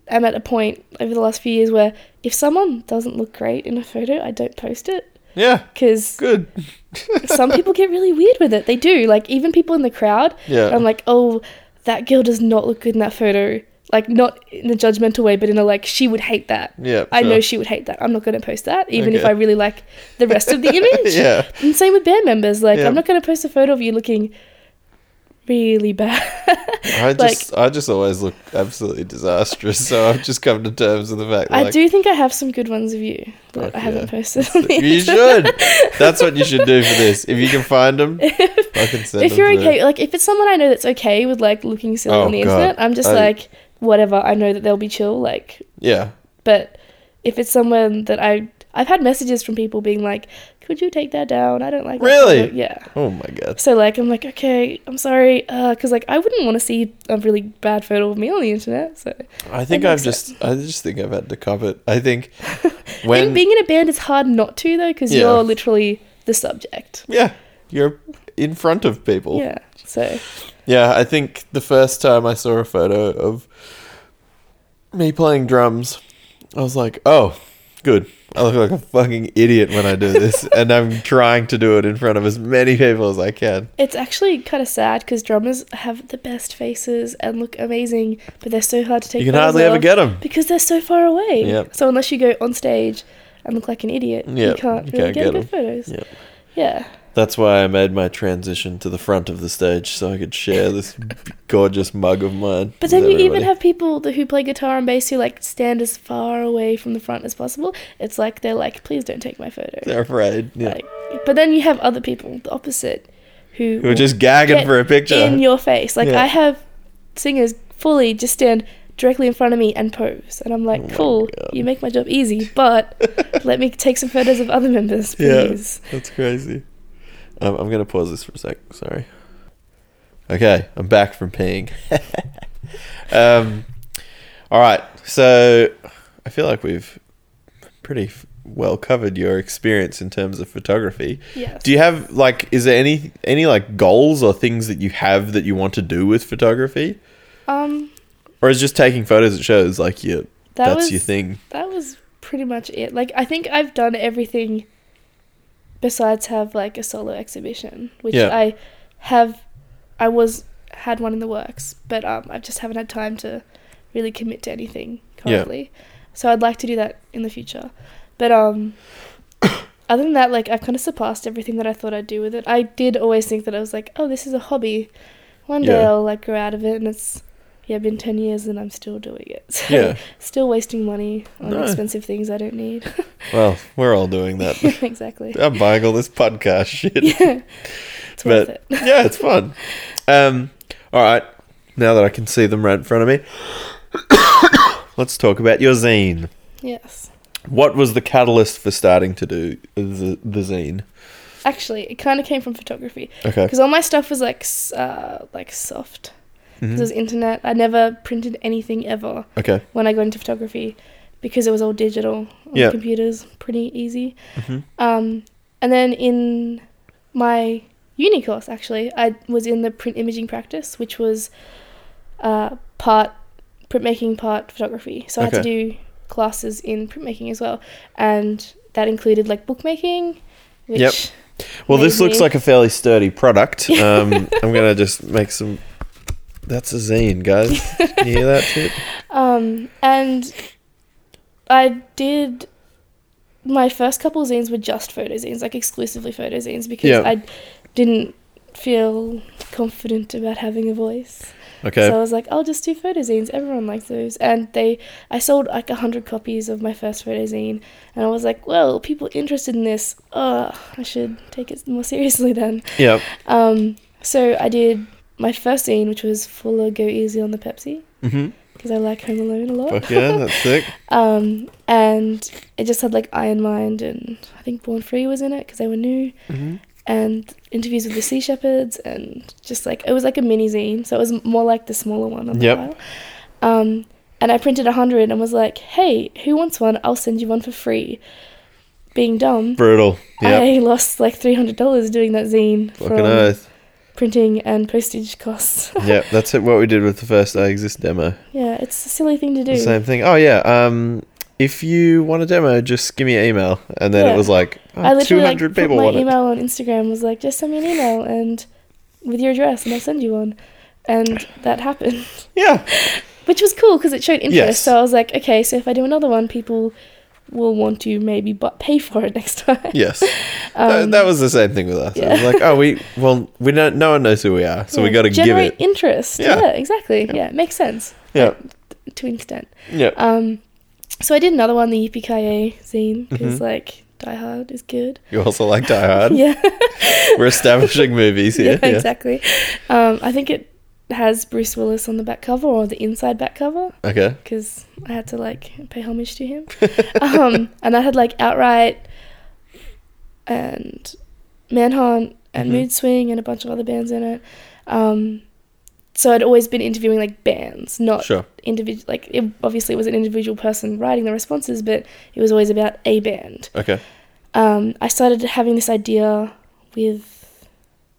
am at a point over the last few years where if someone doesn't look great in a photo, I don't post it yeah, because good. (laughs) some people get really weird with it. They do, like even people in the crowd. Yeah. I'm like, oh, that girl does not look good in that photo. Like not in a judgmental way, but in a like she would hate that. Yeah, I know sure. she would hate that. I'm not going to post that, even if Okay. I really like the (laughs) rest of the image. Yeah. And same with band members. Like, Yeah. I'm not going to post a photo of you looking really bad. (laughs) I like- just I just always look absolutely disastrous, so I've just come to terms with the fact that I do think I have some good ones of you that Fuck I haven't yeah. posted. On the you internet. should. (laughs) That's what you should do for this. If you can find them, fucking send If them you're through. okay, like if it's someone I know that's okay with like looking silly Oh, on the God. internet, I'm just I- like whatever. I know that they'll be chill. Like, Yeah. but if it's someone that I I've had messages from people being like, "Could you take that down? I don't like." that Really? photo." Yeah. Oh my god. So like I'm like okay I'm sorry because like I wouldn't want to see a really bad photo of me on the internet so I think That I've makes just I just think I've had to cop it. I (laughs) think when and being in a band is hard not to though because Yeah. you're literally the subject yeah You're in front of people. Yeah. So Yeah, I think the first time I saw a photo of me playing drums, I was like, oh, good. I look like a fucking idiot when I do (laughs) this. and I'm trying to do it in front of as many people as I can. it's actually kind of sad because drummers have the best faces and look amazing, but they're so hard to take. You can photos hardly ever of get them. because they're so far away. Yep. So unless you go on stage and look like an idiot, you Yep, can't you really can't get, get good photos. Yep. Yeah. That's why I made my transition to the front of the stage so I could share this gorgeous mug of mine. But with then you even everybody. have people that, who play guitar and bass who like stand as far away from the front as possible. It's like they're like, please don't take my photo. They're afraid. Yeah. Like, but then you have other people, the opposite, who Who are just gagging get for a picture. in your face. Like Yeah. I have singers fully just stand directly in front of me and pose, and I'm like, Oh my cool, God. you make my job easy, (laughs) but let me take some photos of other members, Yeah. please. That's crazy. Um, I'm going to pause this for a sec. Sorry. Okay, I'm back from peeing. (laughs) um, all right, so I feel like we've pretty f- well covered your experience in terms of photography. Yes. Do you have like, is there any any like goals or things that you have that you want to do with photography, um, or is just taking photos at shows like you? that that's was your (laughs) thing. that was pretty much it. Like I think I've done everything besides have like a solo exhibition, which Yeah. I have I was had one in the works, but um I just haven't had time to really commit to anything Yeah. currently. So I'd like to do that in the future. But um (coughs) other than that, like I've kind of surpassed everything that I thought I'd do with it. I did always think that I was like, oh, this is a hobby. One day Yeah. I'll like grow out of it, and it's yeah, been ten years and I'm still doing it. (laughs) So Yeah. still wasting money on No. expensive things I don't need. Well, we're all doing (laughs) that. (laughs) exactly. I'm buying all this podcast shit. Yeah. It's worth But- it. yeah, it's fun. Um, all right, now that I can see them right in front of me, (coughs) let's talk about your zine. Yes. What was the catalyst for starting to do the, the zine? Actually, it kind of came from photography Okay. because all my stuff was like s- uh, like soft. Mm. 'Cause It was internet. I never printed anything ever Mm-hmm. Okay. when I got into photography because it was all digital on Yeah. computers, pretty easy. Mhm. Um, and then in my uni course, actually, I was in the print imaging practice, which was uh, part printmaking, part photography. So I had to do classes in printmaking as well, and that included like bookmaking, which Yep. Well, this looks Maybe. like a fairly sturdy (laughs) product. Um, I'm gonna just make some. That's a zine, guys. You hear (laughs) that shit? Um, and I did my first couple of zines were just photo zines, like exclusively photo zines, because Yeah. I didn't feel confident about having a voice. Okay. So I was like, I'll just do photo zines. Everyone likes those. And they, I sold like a hundred copies of my first photo zine, and I was like, well, people interested in this, uh, I should take it more seriously then. yep. Um, so I did my first zine, which was Fuller Go Easy on the Pepsi, hmm because I like Home Alone a lot. Fuck (laughs) yeah, that's sick. Um, and it just had like Iron Mind and I think Born Free was in it because they were new, hmm and interviews with the Sea Shepherds, and just like it was like a mini zine, so it was more like the smaller one on Yep. the file. Um, and I printed a hundred and was like, "Hey, who wants one? I'll send you one for free." Being dumb, Brutal. Yep. I lost like three hundred dollars doing that zine Fucking oath. printing and postage costs. (laughs) Yep. That's it. What we did with the first I Exist demo. yeah, it's a silly thing to do. The same thing. Oh yeah. Um, if you want a demo, just give me an email. And then Yeah. it was like oh, I literally like 200 put people my want it. email on Instagram was like, just send me an email and with your address, and I'll send you one. And that happened, Yeah. which was cool because it showed interest. Yes. So I was like, okay, so if I do another one, people will want to maybe but pay for it (laughs) next time. Yes. Um, that, that was the same thing with us. It was yeah. like, oh, (laughs) we well, we don't. No one knows who we are, so we Yeah, got to give generate it. interest. Yeah. Yeah, exactly. Yeah. it makes sense Yeah. to an extent. Yeah. Um, so I did another one, the Yippee zine, because Mhm. like, like Die Hard is good. You also like Die Hard. (laughs) Yeah. (laughs) We're establishing movies here. (laughs) yeah, exactly. Um, I think it has Bruce Willis on the back cover or the inside back cover Okay. because I had to like pay homage to him. um, and I had like Outright and Manhunt and Mhm. Mood Swing and a bunch of other bands in it. Um, so I'd always been interviewing like bands, not (laughs) Sure. individual. Like it obviously was an individual person writing the responses, but it was always about a band Okay. um, I started having this idea with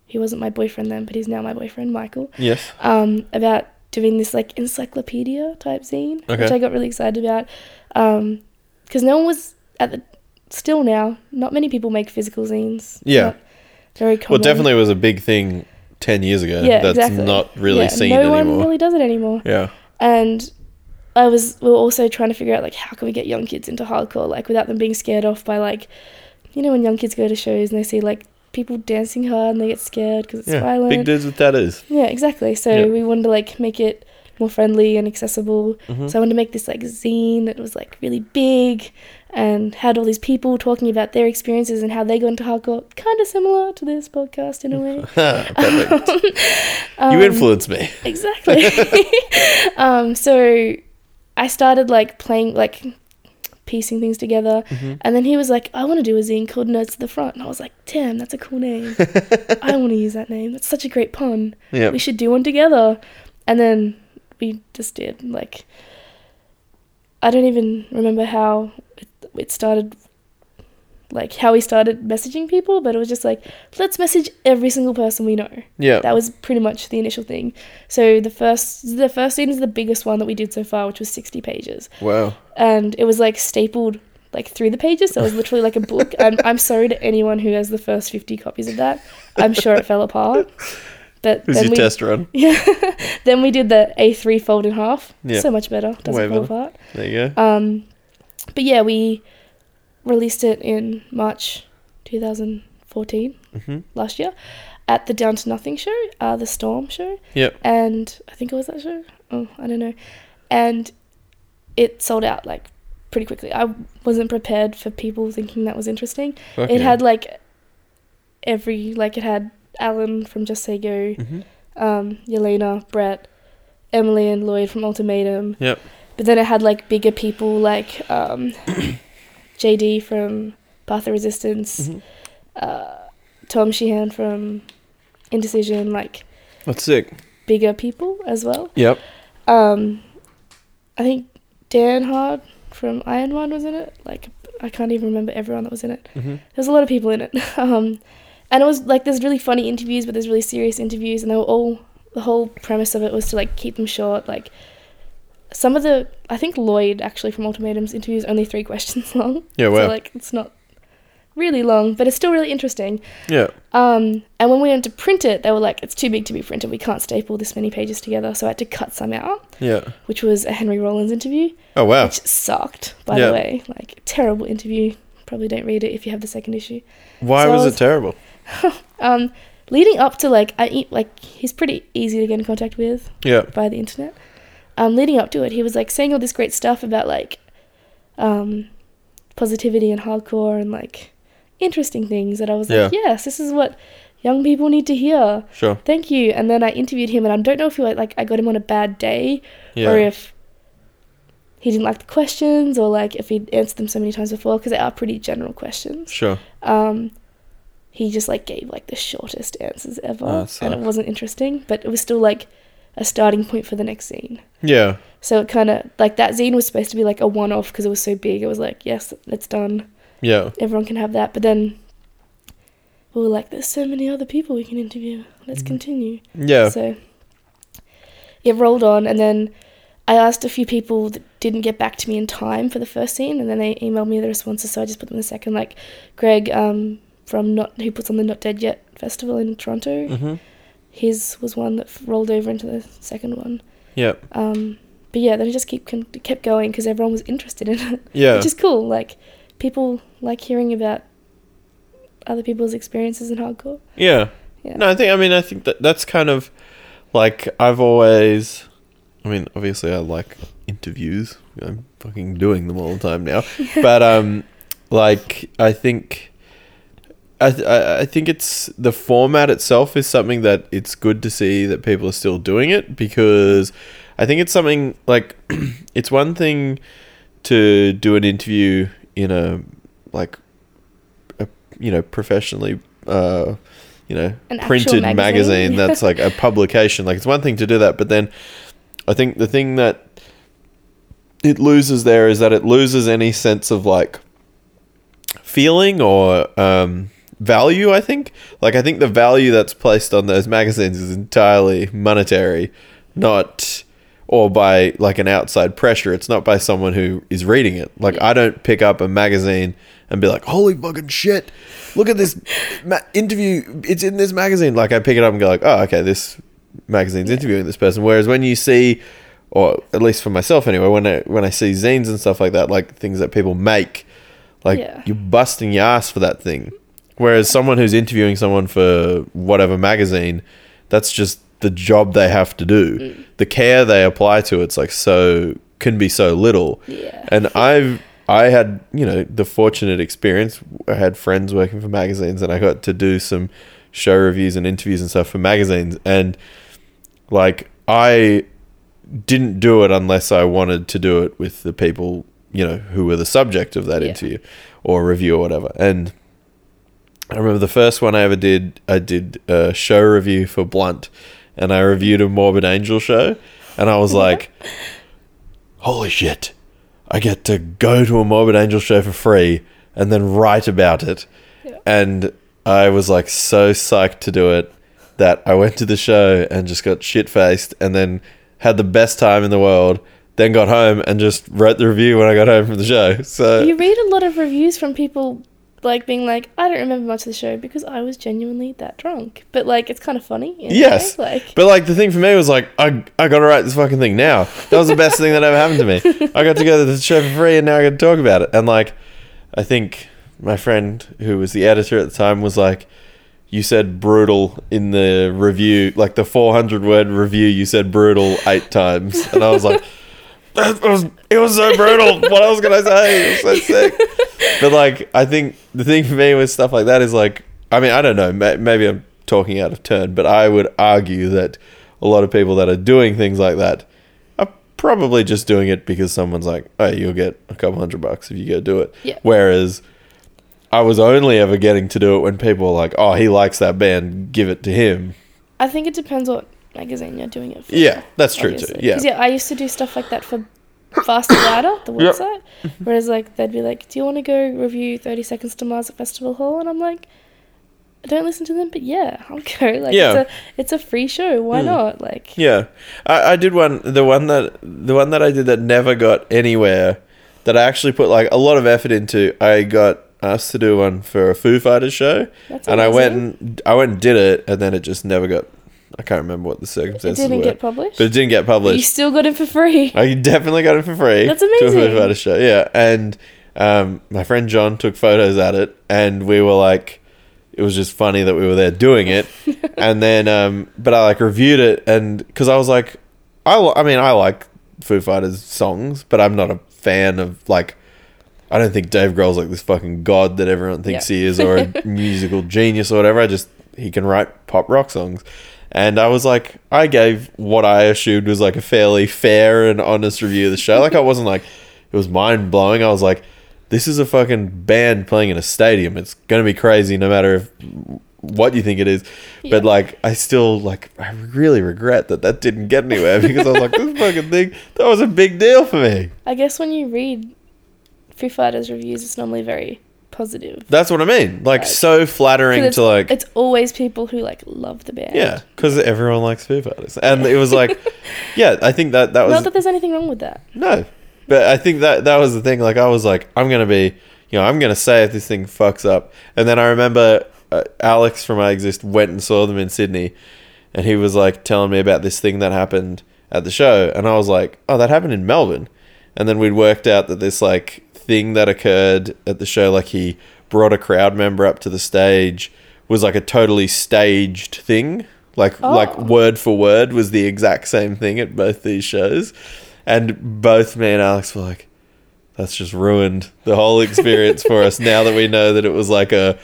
he wasn't my boyfriend then, but he's now my boyfriend, Michael, Yes. um, about doing this like encyclopedia type zine, which Okay. I got really excited about. Because no one was at the still now, not many people make physical zines. Yeah. Not very Well, common. definitely was a big thing ten years ago. Yeah, that's exactly. not really Yeah, seen no anymore. one really does it anymore. yeah. and I was we were also trying to figure out like how can we get young kids into hardcore like without them being scared off by like you know when young kids go to shows and they see like people dancing hard and they get scared because it's yeah. violent. Big dudes with tattoos. yeah, exactly. So Yeah. we wanted to like make it more friendly and accessible. Mhm. So I wanted to make this like zine that was like really big and had all these people talking about their experiences and how they got into hardcore, kind of similar to this podcast in a way. (laughs) (laughs) (laughs) Perfect. Um, you influenced me. Exactly. (laughs) um, so I started like playing, like piecing things together. And then he was like, I want to do a zine called Nerds to the Front. And I was like, damn, that's a cool name. I want to use that name. That's such a great pun. (laughs) Yeah. We should do one together. And then we just did. Like, I don't even remember how it, it started. Like how we started messaging people, but it was just like, let's message every single person we know. Yeah. That was pretty much the initial thing. So the first the first scene is the biggest one that we did so far, which was sixty pages, wow. and it was like stapled like through the pages. So it was literally like a book. I'm I'm sorry to anyone who has the first fifty copies of that. I'm sure it fell apart. (laughs) But It was then your we test (laughs) run. yeah, then we did the A three fold in half. Yeah. So much better. Doesn't Way fall better. apart. There you go. Um, but yeah, we released it in March 2014 Mhm. last year at the Down to Nothing show, uh, the Storm show. Yep. And I think it was that show. Oh, I don't know. And it sold out like pretty quickly. I wasn't prepared for people thinking that was interesting. Fuck It yeah. had like every like it had Alan from Just Say Go, Mhm. um, Yelena, Brett, Emily, and Lloyd from Ultimatum. Yep. But then it had like bigger people like um, JD from Path of Resistance, Mhm. uh, Tom Sheehan from Indecision, like That's sick. bigger people as well. Yep. Um, I think Dan Hard from Iron One was in it. Like I can't even remember everyone that was in it. Mm-hmm. There's a lot of people in it. (laughs) Um, and it was like there's really funny interviews, but there's really serious interviews, and they were all the whole premise of it was to like keep them short. Like some of the I think Lloyd actually from Ultimatum's interviews only three (laughs) questions long. Yeah. Wow. So like it's not really long, but it's still really interesting. yeah. Um, and when we went to print it, they were like, "It's too big to be printed. We can't staple this many pages together." So I had to cut some out, Yeah. which was a Henry Rollins interview, Oh wow. which sucked, by Yeah. the way. Like terrible interview. Probably don't read it if you have the second issue. Why so I was was- it terrible? Um, leading up to like I eat like he's pretty easy to get in contact with Yeah. by the internet. Um, leading up to it, he was like saying all this great stuff about like um, positivity and hardcore and like interesting things that I was like, Yeah. yes, this is what young people need to hear. Sure. Thank you. And then I interviewed him, and I don't know if he like, like I got him on a bad day Yeah. or if he didn't like the questions or like if he'd answered them so many times before because they are pretty general questions Sure. um he just like gave like the shortest answers ever Oh, that and it sucks. wasn't interesting but it was still like a starting point for the next scene Yeah. so it kind of like that zine was supposed to be like a one-off because it was so big it was like yes it's done Yeah. everyone can have that but then we were like there's so many other people we can interview let's continue Yeah. so it rolled on, and then I asked a few people that didn't get back to me in time for the first scene, and then they emailed me the responses, so I just put them in the second. Like Greg um, from Not, who puts on the Not Dead Yet festival in Toronto, mm-hmm. his was one that f- rolled over into the second one. Yeah. Um, but yeah, then it just keep con- kept going because everyone was interested in it, Yeah. which is cool. Like people like hearing about other people's experiences in hardcore. Yeah. Yeah. No, I think I mean I think that that's kind of like I've always I mean, obviously I like interviews. I'm fucking doing them all the time (laughs) now. but um like I think I, th- I I think it's the format itself is something that it's good to see that people are still doing it because I think it's something like (clears throat) it's one thing to do an interview in a like a, you know professionally uh you know An actual printed magazine, magazine. that's like (laughs) a publication like it's one thing to do that but then I think the thing that it loses there is that it loses any sense of like feeling or um value, I think. Like, I think the value that's placed on those magazines is entirely monetary, not. Or by like an outside pressure. It's not by someone who is reading it. Like, I don't pick up a magazine and be like, holy fucking shit, look at this ma- interview. It's in this magazine. Like, I pick it up and go, like, oh, okay, this magazine's interviewing this person. Whereas when you see, or at least for myself anyway, when I when I see zines and stuff like that, like things that people make, like Yeah. you're busting your ass for that thing. Whereas someone who's interviewing someone for whatever magazine, that's just the job they have to do. Mm. The care they apply to it's like so can be so little. Yeah. And I've I had, you know, the fortunate experience. I had friends working for magazines and I got to do some show reviews and interviews and stuff for magazines and like I didn't do it unless I wanted to do it with the people, you know, who were the subject of that Yeah. interview or review or whatever. And I remember the first one I ever did, I did a show review for Blunt and I reviewed a Morbid Angel show and I was like, holy shit, I get to go to a Morbid Angel show for free and then write about it. And I was like so psyched to do it that I went to the show and just got shit faced and then had the best time in the world. Then got home and just wrote the review when I got home from the show. So You read a lot of reviews from people like being like, I don't remember much of the show because I was genuinely that drunk. But like, it's kind of funny. in a way, Yes. Like, but like the thing for me was like I I gotta write this fucking thing now. That was the best thing that ever happened to me. I got to go to the show for free and now I got to talk about it. And like I think my friend who was the editor at the time was like you said brutal in the review, like the 400 word review. You said brutal eight times, and I was like, (laughs) "That was it was so brutal. What else can I say? It was so sick." But like, I think the thing for me with stuff like that is like, I mean, I don't know. May- maybe I'm talking out of turn, but I would argue that a lot of people that are doing things like that are probably just doing it because someone's like, "Oh, you'll get a couple hundred bucks if you go do it." Yeah. Whereas. I was only ever getting to do it when people were like, "Oh, he likes that band, give it to him." I think it depends what magazine you're doing it for. Yeah, that's true too. Yeah. Because yeah, I used to do stuff like that for Faster Louder, the (coughs) Yep. website. Whereas like they'd be like, "Do you want to go review Thirty Seconds to Mars at Festival Hall?" And I'm like, "I don't listen to them, but yeah, I'll go." (laughs) Like, Yeah. Hmm. it's a it's a free show. Why not? Like, Yeah, I, I did one. The one that the one that I did that never got anywhere. That I actually put like a lot of effort into. I got asked to do one for a Foo Fighters show, That's and I went amazing. and I went and did it, and then it just never got. I can't remember what the it circumstances didn't were, get published. but it didn't get but you published. still got it for free. I Oh, definitely got it for free. That's To a amazing. Foo Fighters show, yeah. And um, my friend John took photos at it, and we were like, it was just funny that we were there doing (laughs) it. and then, um, but I like reviewed it, and because I was like, I, li- I mean, I like Foo Fighters songs, but I'm not a fan of like. I don't think Dave Grohl's like this fucking god that everyone thinks Yeah. he is, or (laughs) a musical genius or whatever. I just he can write pop rock songs, and I was like, I gave what I assumed was like a fairly fair and honest review of the show. Like I wasn't like it was mind blowing. I was like, this is a fucking band playing in a stadium. It's gonna be crazy, no matter if what you think it is. But Yeah. like, I still like, I really regret that that didn't get anywhere because I was like, this fucking thing that was a big deal for me. I guess when you read Foo Fighters reviews, it's normally very positive. That's what I mean. Like, Like- so 'Cause flattering it's, to like, it's always people who like love the band. yeah, because everyone likes Foo Fighters, and it was (laughs) like, yeah, I think that that was Not that there's anything wrong with that. No, but I think that that was the thing. Like I was like, I'm gonna be, you know, I'm gonna say if this thing fucks up. And then I remember uh, Alex from I Exist went and saw them in Sydney, and he was like telling me about this thing that happened at the show, and I was like, oh, that happened in Melbourne. And then we'd worked out that this like thing that occurred at the show, like he brought a crowd member up to the stage, was like a totally staged thing. Like like Oh. word for word was the exact same thing at both these shows. And both me and Alex were like, that's just ruined the whole experience for us now that we know that it was like a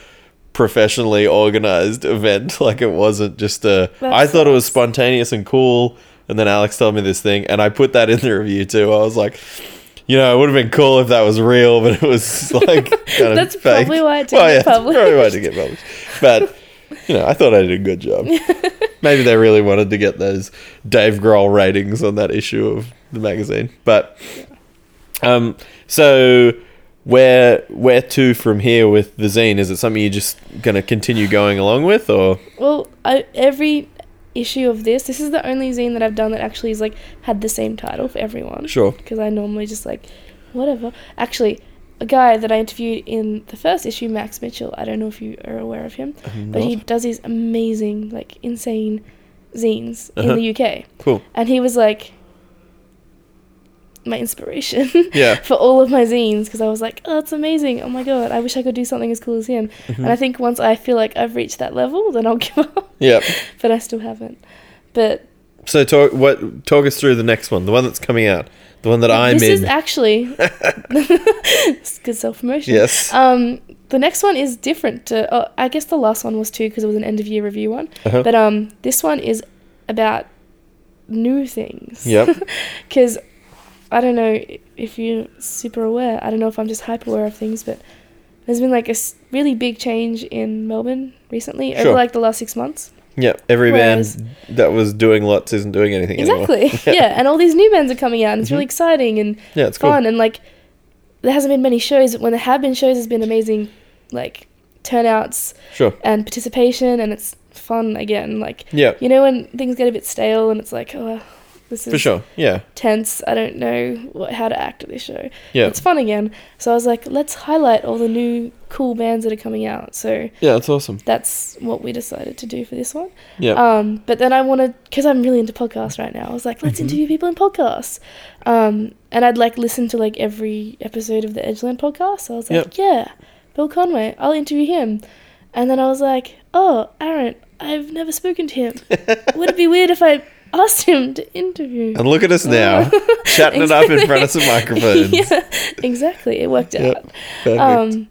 professionally organized event. (laughs) Like it wasn't just a. I That thought it was spontaneous and cool. And then Alex told me this thing, and I put that in the review too. I was like, you know, it would have been cool if that was real, but it was like (laughs) kind of That's fake. probably why it didn't Well, yeah, get it's Probably why it didn't get published. But you know, I thought I did a good (laughs) job. Maybe they really wanted to get those Dave Grohl ratings on that issue of the magazine. But um, so where where to from here with the zine? Is it something you're just gonna continue going along with, or Well, I, every issue of this, this is the only zine that I've done that actually is like had the same title for everyone. sure? Because I normally just like, whatever. Actually, a guy that I interviewed in the first issue, Max Mitchell. I don't know if you are aware of him, but he does these amazing, like insane zines Uh-huh. in the UK. Cool. And he was like my inspiration (laughs) Yeah. for all of my zines because I was like, oh, that's amazing. Oh my god, I wish I could do something as cool as him. And Hmm. I think once I feel like I've reached that level, then I'll (laughs) give up. Yeah. But I still haven't. But So talk what talk us through the next one, the one that's coming out, the one that I'm this in. is actually (laughs) (laughs) it's good self promotion. yes. Um, the next one is different. To, oh, I guess the last one was too because it was an end of year review one. Uh-huh. But um, this one is about new things. (laughs) Yep. Because I don't know if you're super aware. I don't know if I'm just hyper aware of things, but there's been like a s- really big change in Melbourne recently Sure. over like the last six months. yeah. Every whereas- band that was doing lots isn't doing anything anymore. (laughs) Exactly. yeah. and all these new bands are coming out, and it's really exciting and Yeah, Mm-hmm. it's cool. fun. And like, there hasn't been many shows. but When there have been shows, it's been amazing, like turnouts Sure. and participation, and it's fun again. Like, Yeah. you know, when things get a bit stale and it's like, oh, this is For sure. Yeah. tense. I don't know what, how to act at this show. Yeah. It's fun again. So I was like, let's highlight all the new cool bands that are coming out. So Yeah, that's awesome. that's what we decided to do for this one. Yeah. Um, but then I wanted because I'm really into podcasts right now. I was like, let's Mm-hmm. interview people in podcasts. Um, and I'd like listen to like every episode of the Edgeland podcast. So I was like, yeah, Bill Conway, I'll interview him. And then I was like, oh, Aaron, I've never spoken to him. Uh, (laughs) Would it be weird if I asked him to interview? Oh. and look at us now, chatting it up in front (laughs) of some microphones. yeah, exactly. It worked Yep. out. Perfect. Um,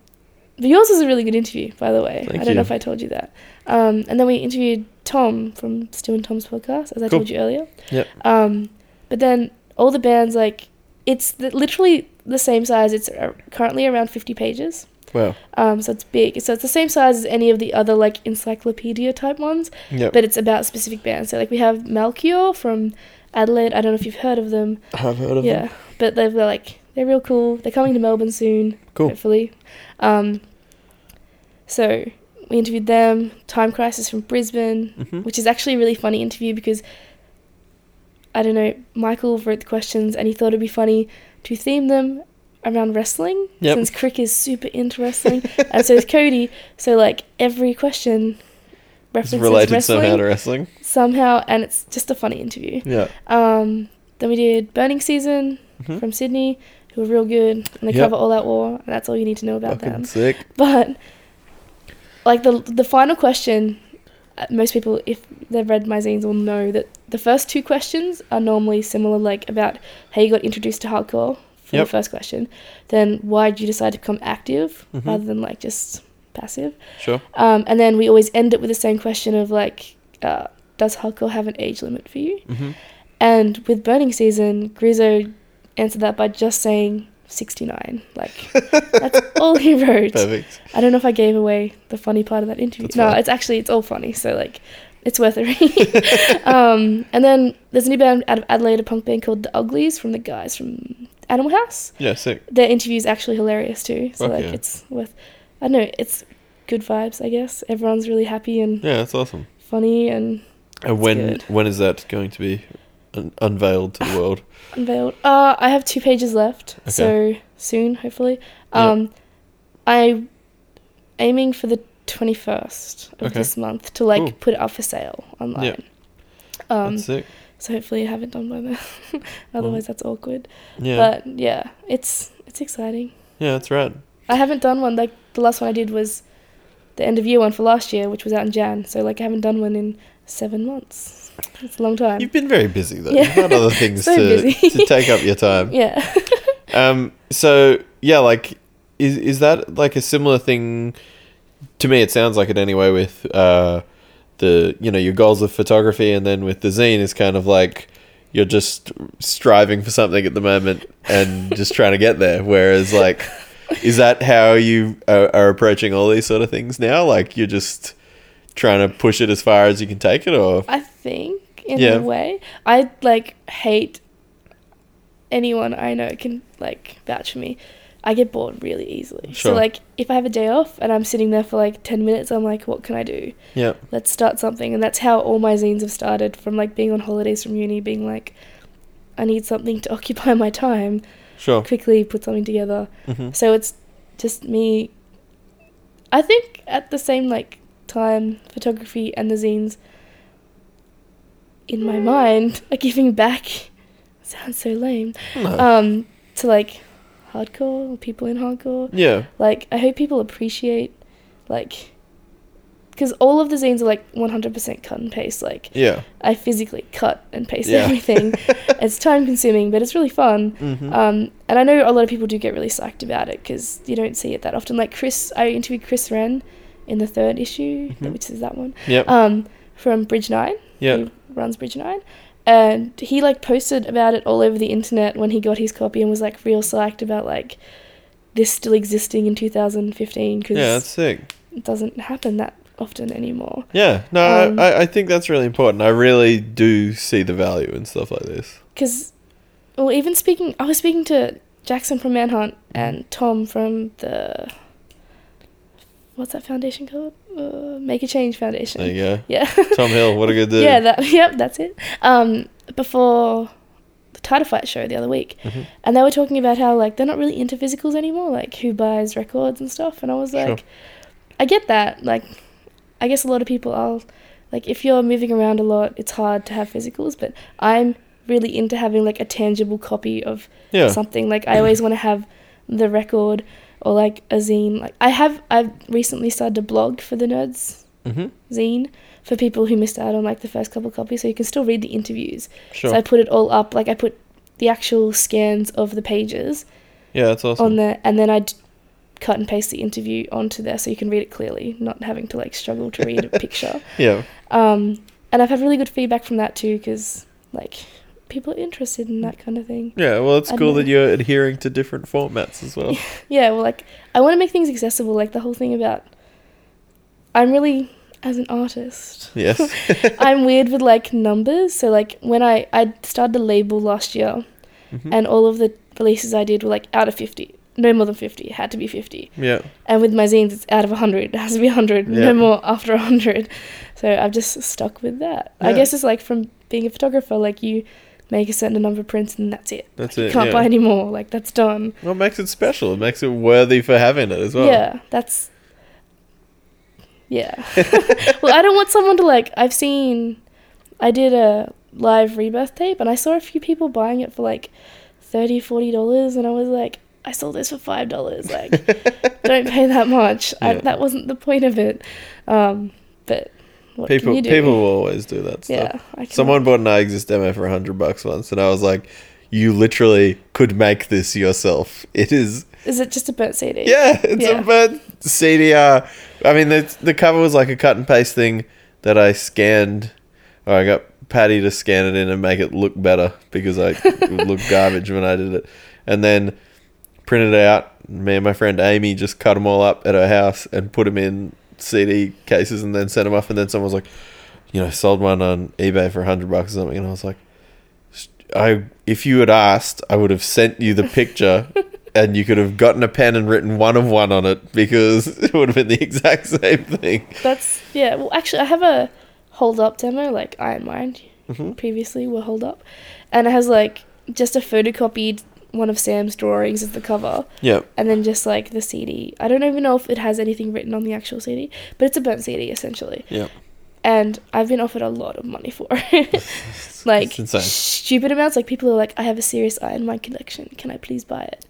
but yours was a really good interview, by the way. Thank I don't you. know if I told you that. Um, and then we interviewed Tom from Stu and Tom's podcast, as I Cool. told you earlier. Yep. Um, but then all the bands, like, it's the, literally the same size. It's uh, currently around 50 pages. wow. Um, so it's big. So it's the same size as any of the other, like, encyclopedia type ones, Yep. but it's about specific bands. So, like, we have Malchior from Adelaide. I don't know if you've heard of them. I've heard of yeah. But they're, they're like they're real cool. They're coming to Melbourne soon. Cool. Hopefully. Um so we interviewed them, Time Crisis from Brisbane, Mhm. which is actually a really funny interview because I don't know, Michael wrote the questions and he thought it'd be funny to theme them around wrestling Yep. since Crick is super into (laughs) wrestling and so is Cody. So like every question It's references related wrestling somehow to somehow, wrestling. and it's just a funny interview. Yeah. Um, then we did Burning Season Mhm. from Sydney, who were real good, and they Yep. cover All Out War, and that's all you need to know about Fucking them. sick. But like the the final question, uh, most people, if they've read my zines, will know that the first two questions are normally similar, like about how you got introduced to hardcore for Yep. the first question, then why did you decide to become active Mhm. rather than like just passive, Sure. um, and then we always end it with the same question of like, uh, does hardcore have an age limit for you? Mm-hmm. And with Burning Season, Grizzo answered that by just saying 69. Like, (laughs) that's all he wrote. Perfect. I don't know if I gave away the funny part of that interview. That's no, fine. it's actually, it's all funny. So, like, it's worth a read. (laughs) um, and then there's a new band out of Adelaide, a punk band called The Uglies from the guys from Animal House. Yeah, sick. Their interview is actually hilarious too. So, Fuck like, yeah. it's worth, I don't know, it's good vibes, I guess. Everyone's really happy and Yeah, that's awesome. funny and And when good. when is that going to be un- unveiled to the world? unveiled. Uh, I have two pages left, so soon, hopefully. Um, I aiming for the twenty first of Okay. this month to like Cool. put it up for sale online. Um, that's sick. so hopefully I have it done by then. (laughs) Otherwise, that's awkward. Yeah. But yeah, it's it's exciting. yeah, that's right. I haven't done one like the last one I did was the end of year one for last year, which was out in Jan. So like I haven't done one in seven months. It's a long time. You've been very busy though. Um, Yeah. You've had (laughs) other things So to, (laughs) busy. to take up your time. (laughs) yeah. Um. So yeah, like, is is that like a similar thing? To me, it sounds like it anyway. With uh, the you know your goals of photography, and then with the zine is kind of like you're just striving for something at the moment and just trying to get there. Whereas (laughs) like, is that how you are, are approaching all these sort of things now? Like you're just trying to push it as far as you can take it, or I think in Yeah. a way. I like hate anyone I know can like vouch for me. I get bored really easily. Sure. So like if I have a day off and I'm sitting there for like 10 minutes, I'm like what can I do? Yeah. Let's start something. And that's how all my zines have started from like being on holidays from uni being like I need something to (laughs) occupy my time. Sure. Quickly put something together. hmm So it's just me. I think at the same like time, photography and the zines in my mind (laughs) are giving back. (laughs) Sounds so lame. No. Um, to like hardcore people in hardcore. yeah. Like I hope people appreciate like because all of the zines are like 100% cut and paste. Like Yeah. I physically cut and paste Yeah. (laughs) everything. it's time consuming, but it's really fun. Mm-hmm. Um, and I know a lot of people do get really psyched about it because you don't see it that often. Like Chris, I interviewed Chris Wren in the third issue, Mhm. which is that one, yep. um, from Bridge Nine. yep. He runs Bridge Nine. And he like posted about it all over the internet when he got his copy and was like real psyched about like this still existing in 2015 because Yeah. That's sick. it doesn't happen that often anymore. Yeah. No, I- Um, I, I think that's really important. I really do see the value in stuff like this. Because, well, even speaking, I was speaking to Jackson from Manhunt and Tom from the. What's that foundation called? Uh, Make a Change Foundation. There you (laughs) Yeah. go. Tom Hill, what a good dude. yeah. That. (laughs) Yep. That's it. Um, before the title fight show the other week, Mhm. and they were talking about how like they're not really into physicals anymore, like who buys records and stuff. And I was Sure. like, I get that. Like, I guess a lot of people are like, if you're moving around a lot, it's hard to have physicals. But I'm really into having like a tangible copy of yeah. something. Like I always want to have the record or like a zine. Like I have. I've recently started a blog for the Nerds mm-hmm. zine for people who missed out on like the first couple copies, so you can still read the interviews. Sure. So I put it all up. Like I put the actual scans of the pages yeah, that's awesome. on there, and then I d- cut and paste the interview onto there, so you can read it clearly, not having to like struggle to (laughs) read a picture. yeah. Um, and I've had really good feedback from that too, because like people are interested in that kind (laughs) of thing. Yeah, well, it's I cool know. that you're adhering to different formats as (laughs) well. yeah, well, like I want to make things accessible. Like the whole thing about I'm really as an artist. Yes. (laughs) I'm weird with like numbers. So like when I I started a label last year, Mhm. and all of the releases I did were like out of fifty. No more than 50. It had to be 50. yeah. And with my zines, it's out of 100. It has to be 100. Yeah. No more after 100. So I've just stuck with that. I Yeah. guess it's like from being a photographer, like you make a certain number of prints and that's it. That's you it, can't yeah. buy any more. Like that's done. Well, it makes it special. It makes it worthy for having it as well. (laughs) Yeah, (laughs) that's. Yeah. well, I don't want someone to like. I've seen. I did a live rebirth tape and I saw a few people buying it for like 30 $40. And I was like, I sold this for (laughs) $5. Like, don't pay that much. I, Yeah. that wasn't the point of it. Um, but what People can you do? people will always do that stuff. yeah. I can't- Someone bought an I Exist demo for 100 bucks once, and I was like, you literally could make this yourself. It is. Is it just a burnt CD? Yeah, it's Yeah. a bad CDR. I mean, the, the cover was like a cut and paste thing that I scanned, or I got Patty to scan it in and make it look better because I it looked garbage when I did it. And then printed it out. Me and my friend Amy just cut them all up at her house and put them in CD cases and then sent them off. And then someone was like, you know, sold one on eBay for 100 bucks or something. And I was like, I if you had asked, I would have sent you the picture and you could have gotten a pen and written one of one on it because (laughs) it would have been the exact same thing. That's yeah. Well, actually, I have a hold up demo like Iron Mind Mhm. previously were hold up, and it has like just a photocopied one of Sam's drawings as the cover, Yeah. and then just like the CD. I don't even know if it has anything written on the actual CD, but it's a burnt CD essentially. Yeah. And I've been offered a lot of money for it, like It's insane. stupid amounts. Like people are like, I have a serious Iron Mind collection. Can I please buy it?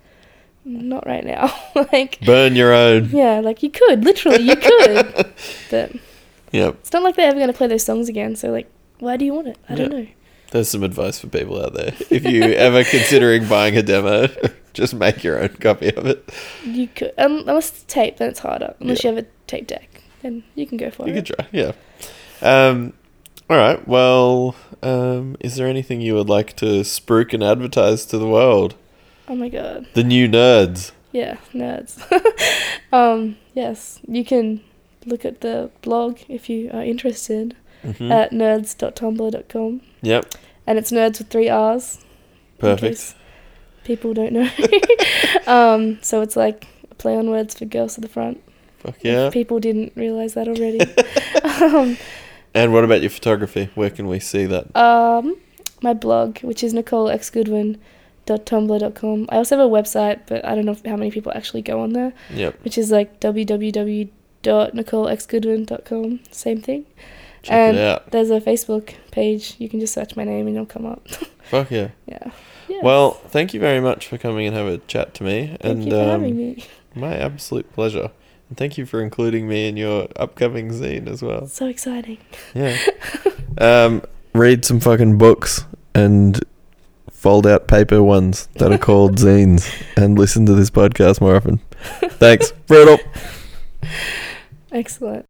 Not right now. (laughs) like Burn your own. yeah, like you could literally you could, (laughs) but. Yep. It's not like they're ever going to play those songs again. So, like, why do you want it? I don't Yeah. know. There's some advice for people out there. If you ever considering buying a demo, (laughs) just make your own copy of it. You could, um, unless it's tape, then it's harder. Unless Yeah. you have a tape deck, then you can go for You could it. try. Yeah. Um all right. Well, um, is there anything you would like to spruik and advertise to the world? oh my god. The new nerds. Yeah, nerds. (laughs) um, yes, you can look at the blog if you are interested Mm-hmm. at nerds.tumblr.com. yep. And it's nerds with three R's. in Perfect. case people don't know. (laughs) um, so it's like a play on words for girls at the front. Fuck yeah. People didn't realize (laughs) that already. um, And what about your photography? Where can we see that? um, my blog, which is nicolexgoodwin.tumblr.com. I also have a website, but I don't know if- how many people actually go on there, Yep. which is like www.nicolexgoodwin.com. Same thing. Check and it out. There's a Facebook page. You can just search my name and it'll come up. (laughs) Fuck yeah. yeah. yeah. Well, thank you very much for coming and have a chat to me. thank and you for um, having me. my absolute pleasure. And thank you for including me in your upcoming zine as well. So exciting. (laughs) Yeah. um, read some fucking books and fold out paper ones that are (laughs) called zines and listen to this podcast more often. Thanks. Brutal. (laughs) Excellent.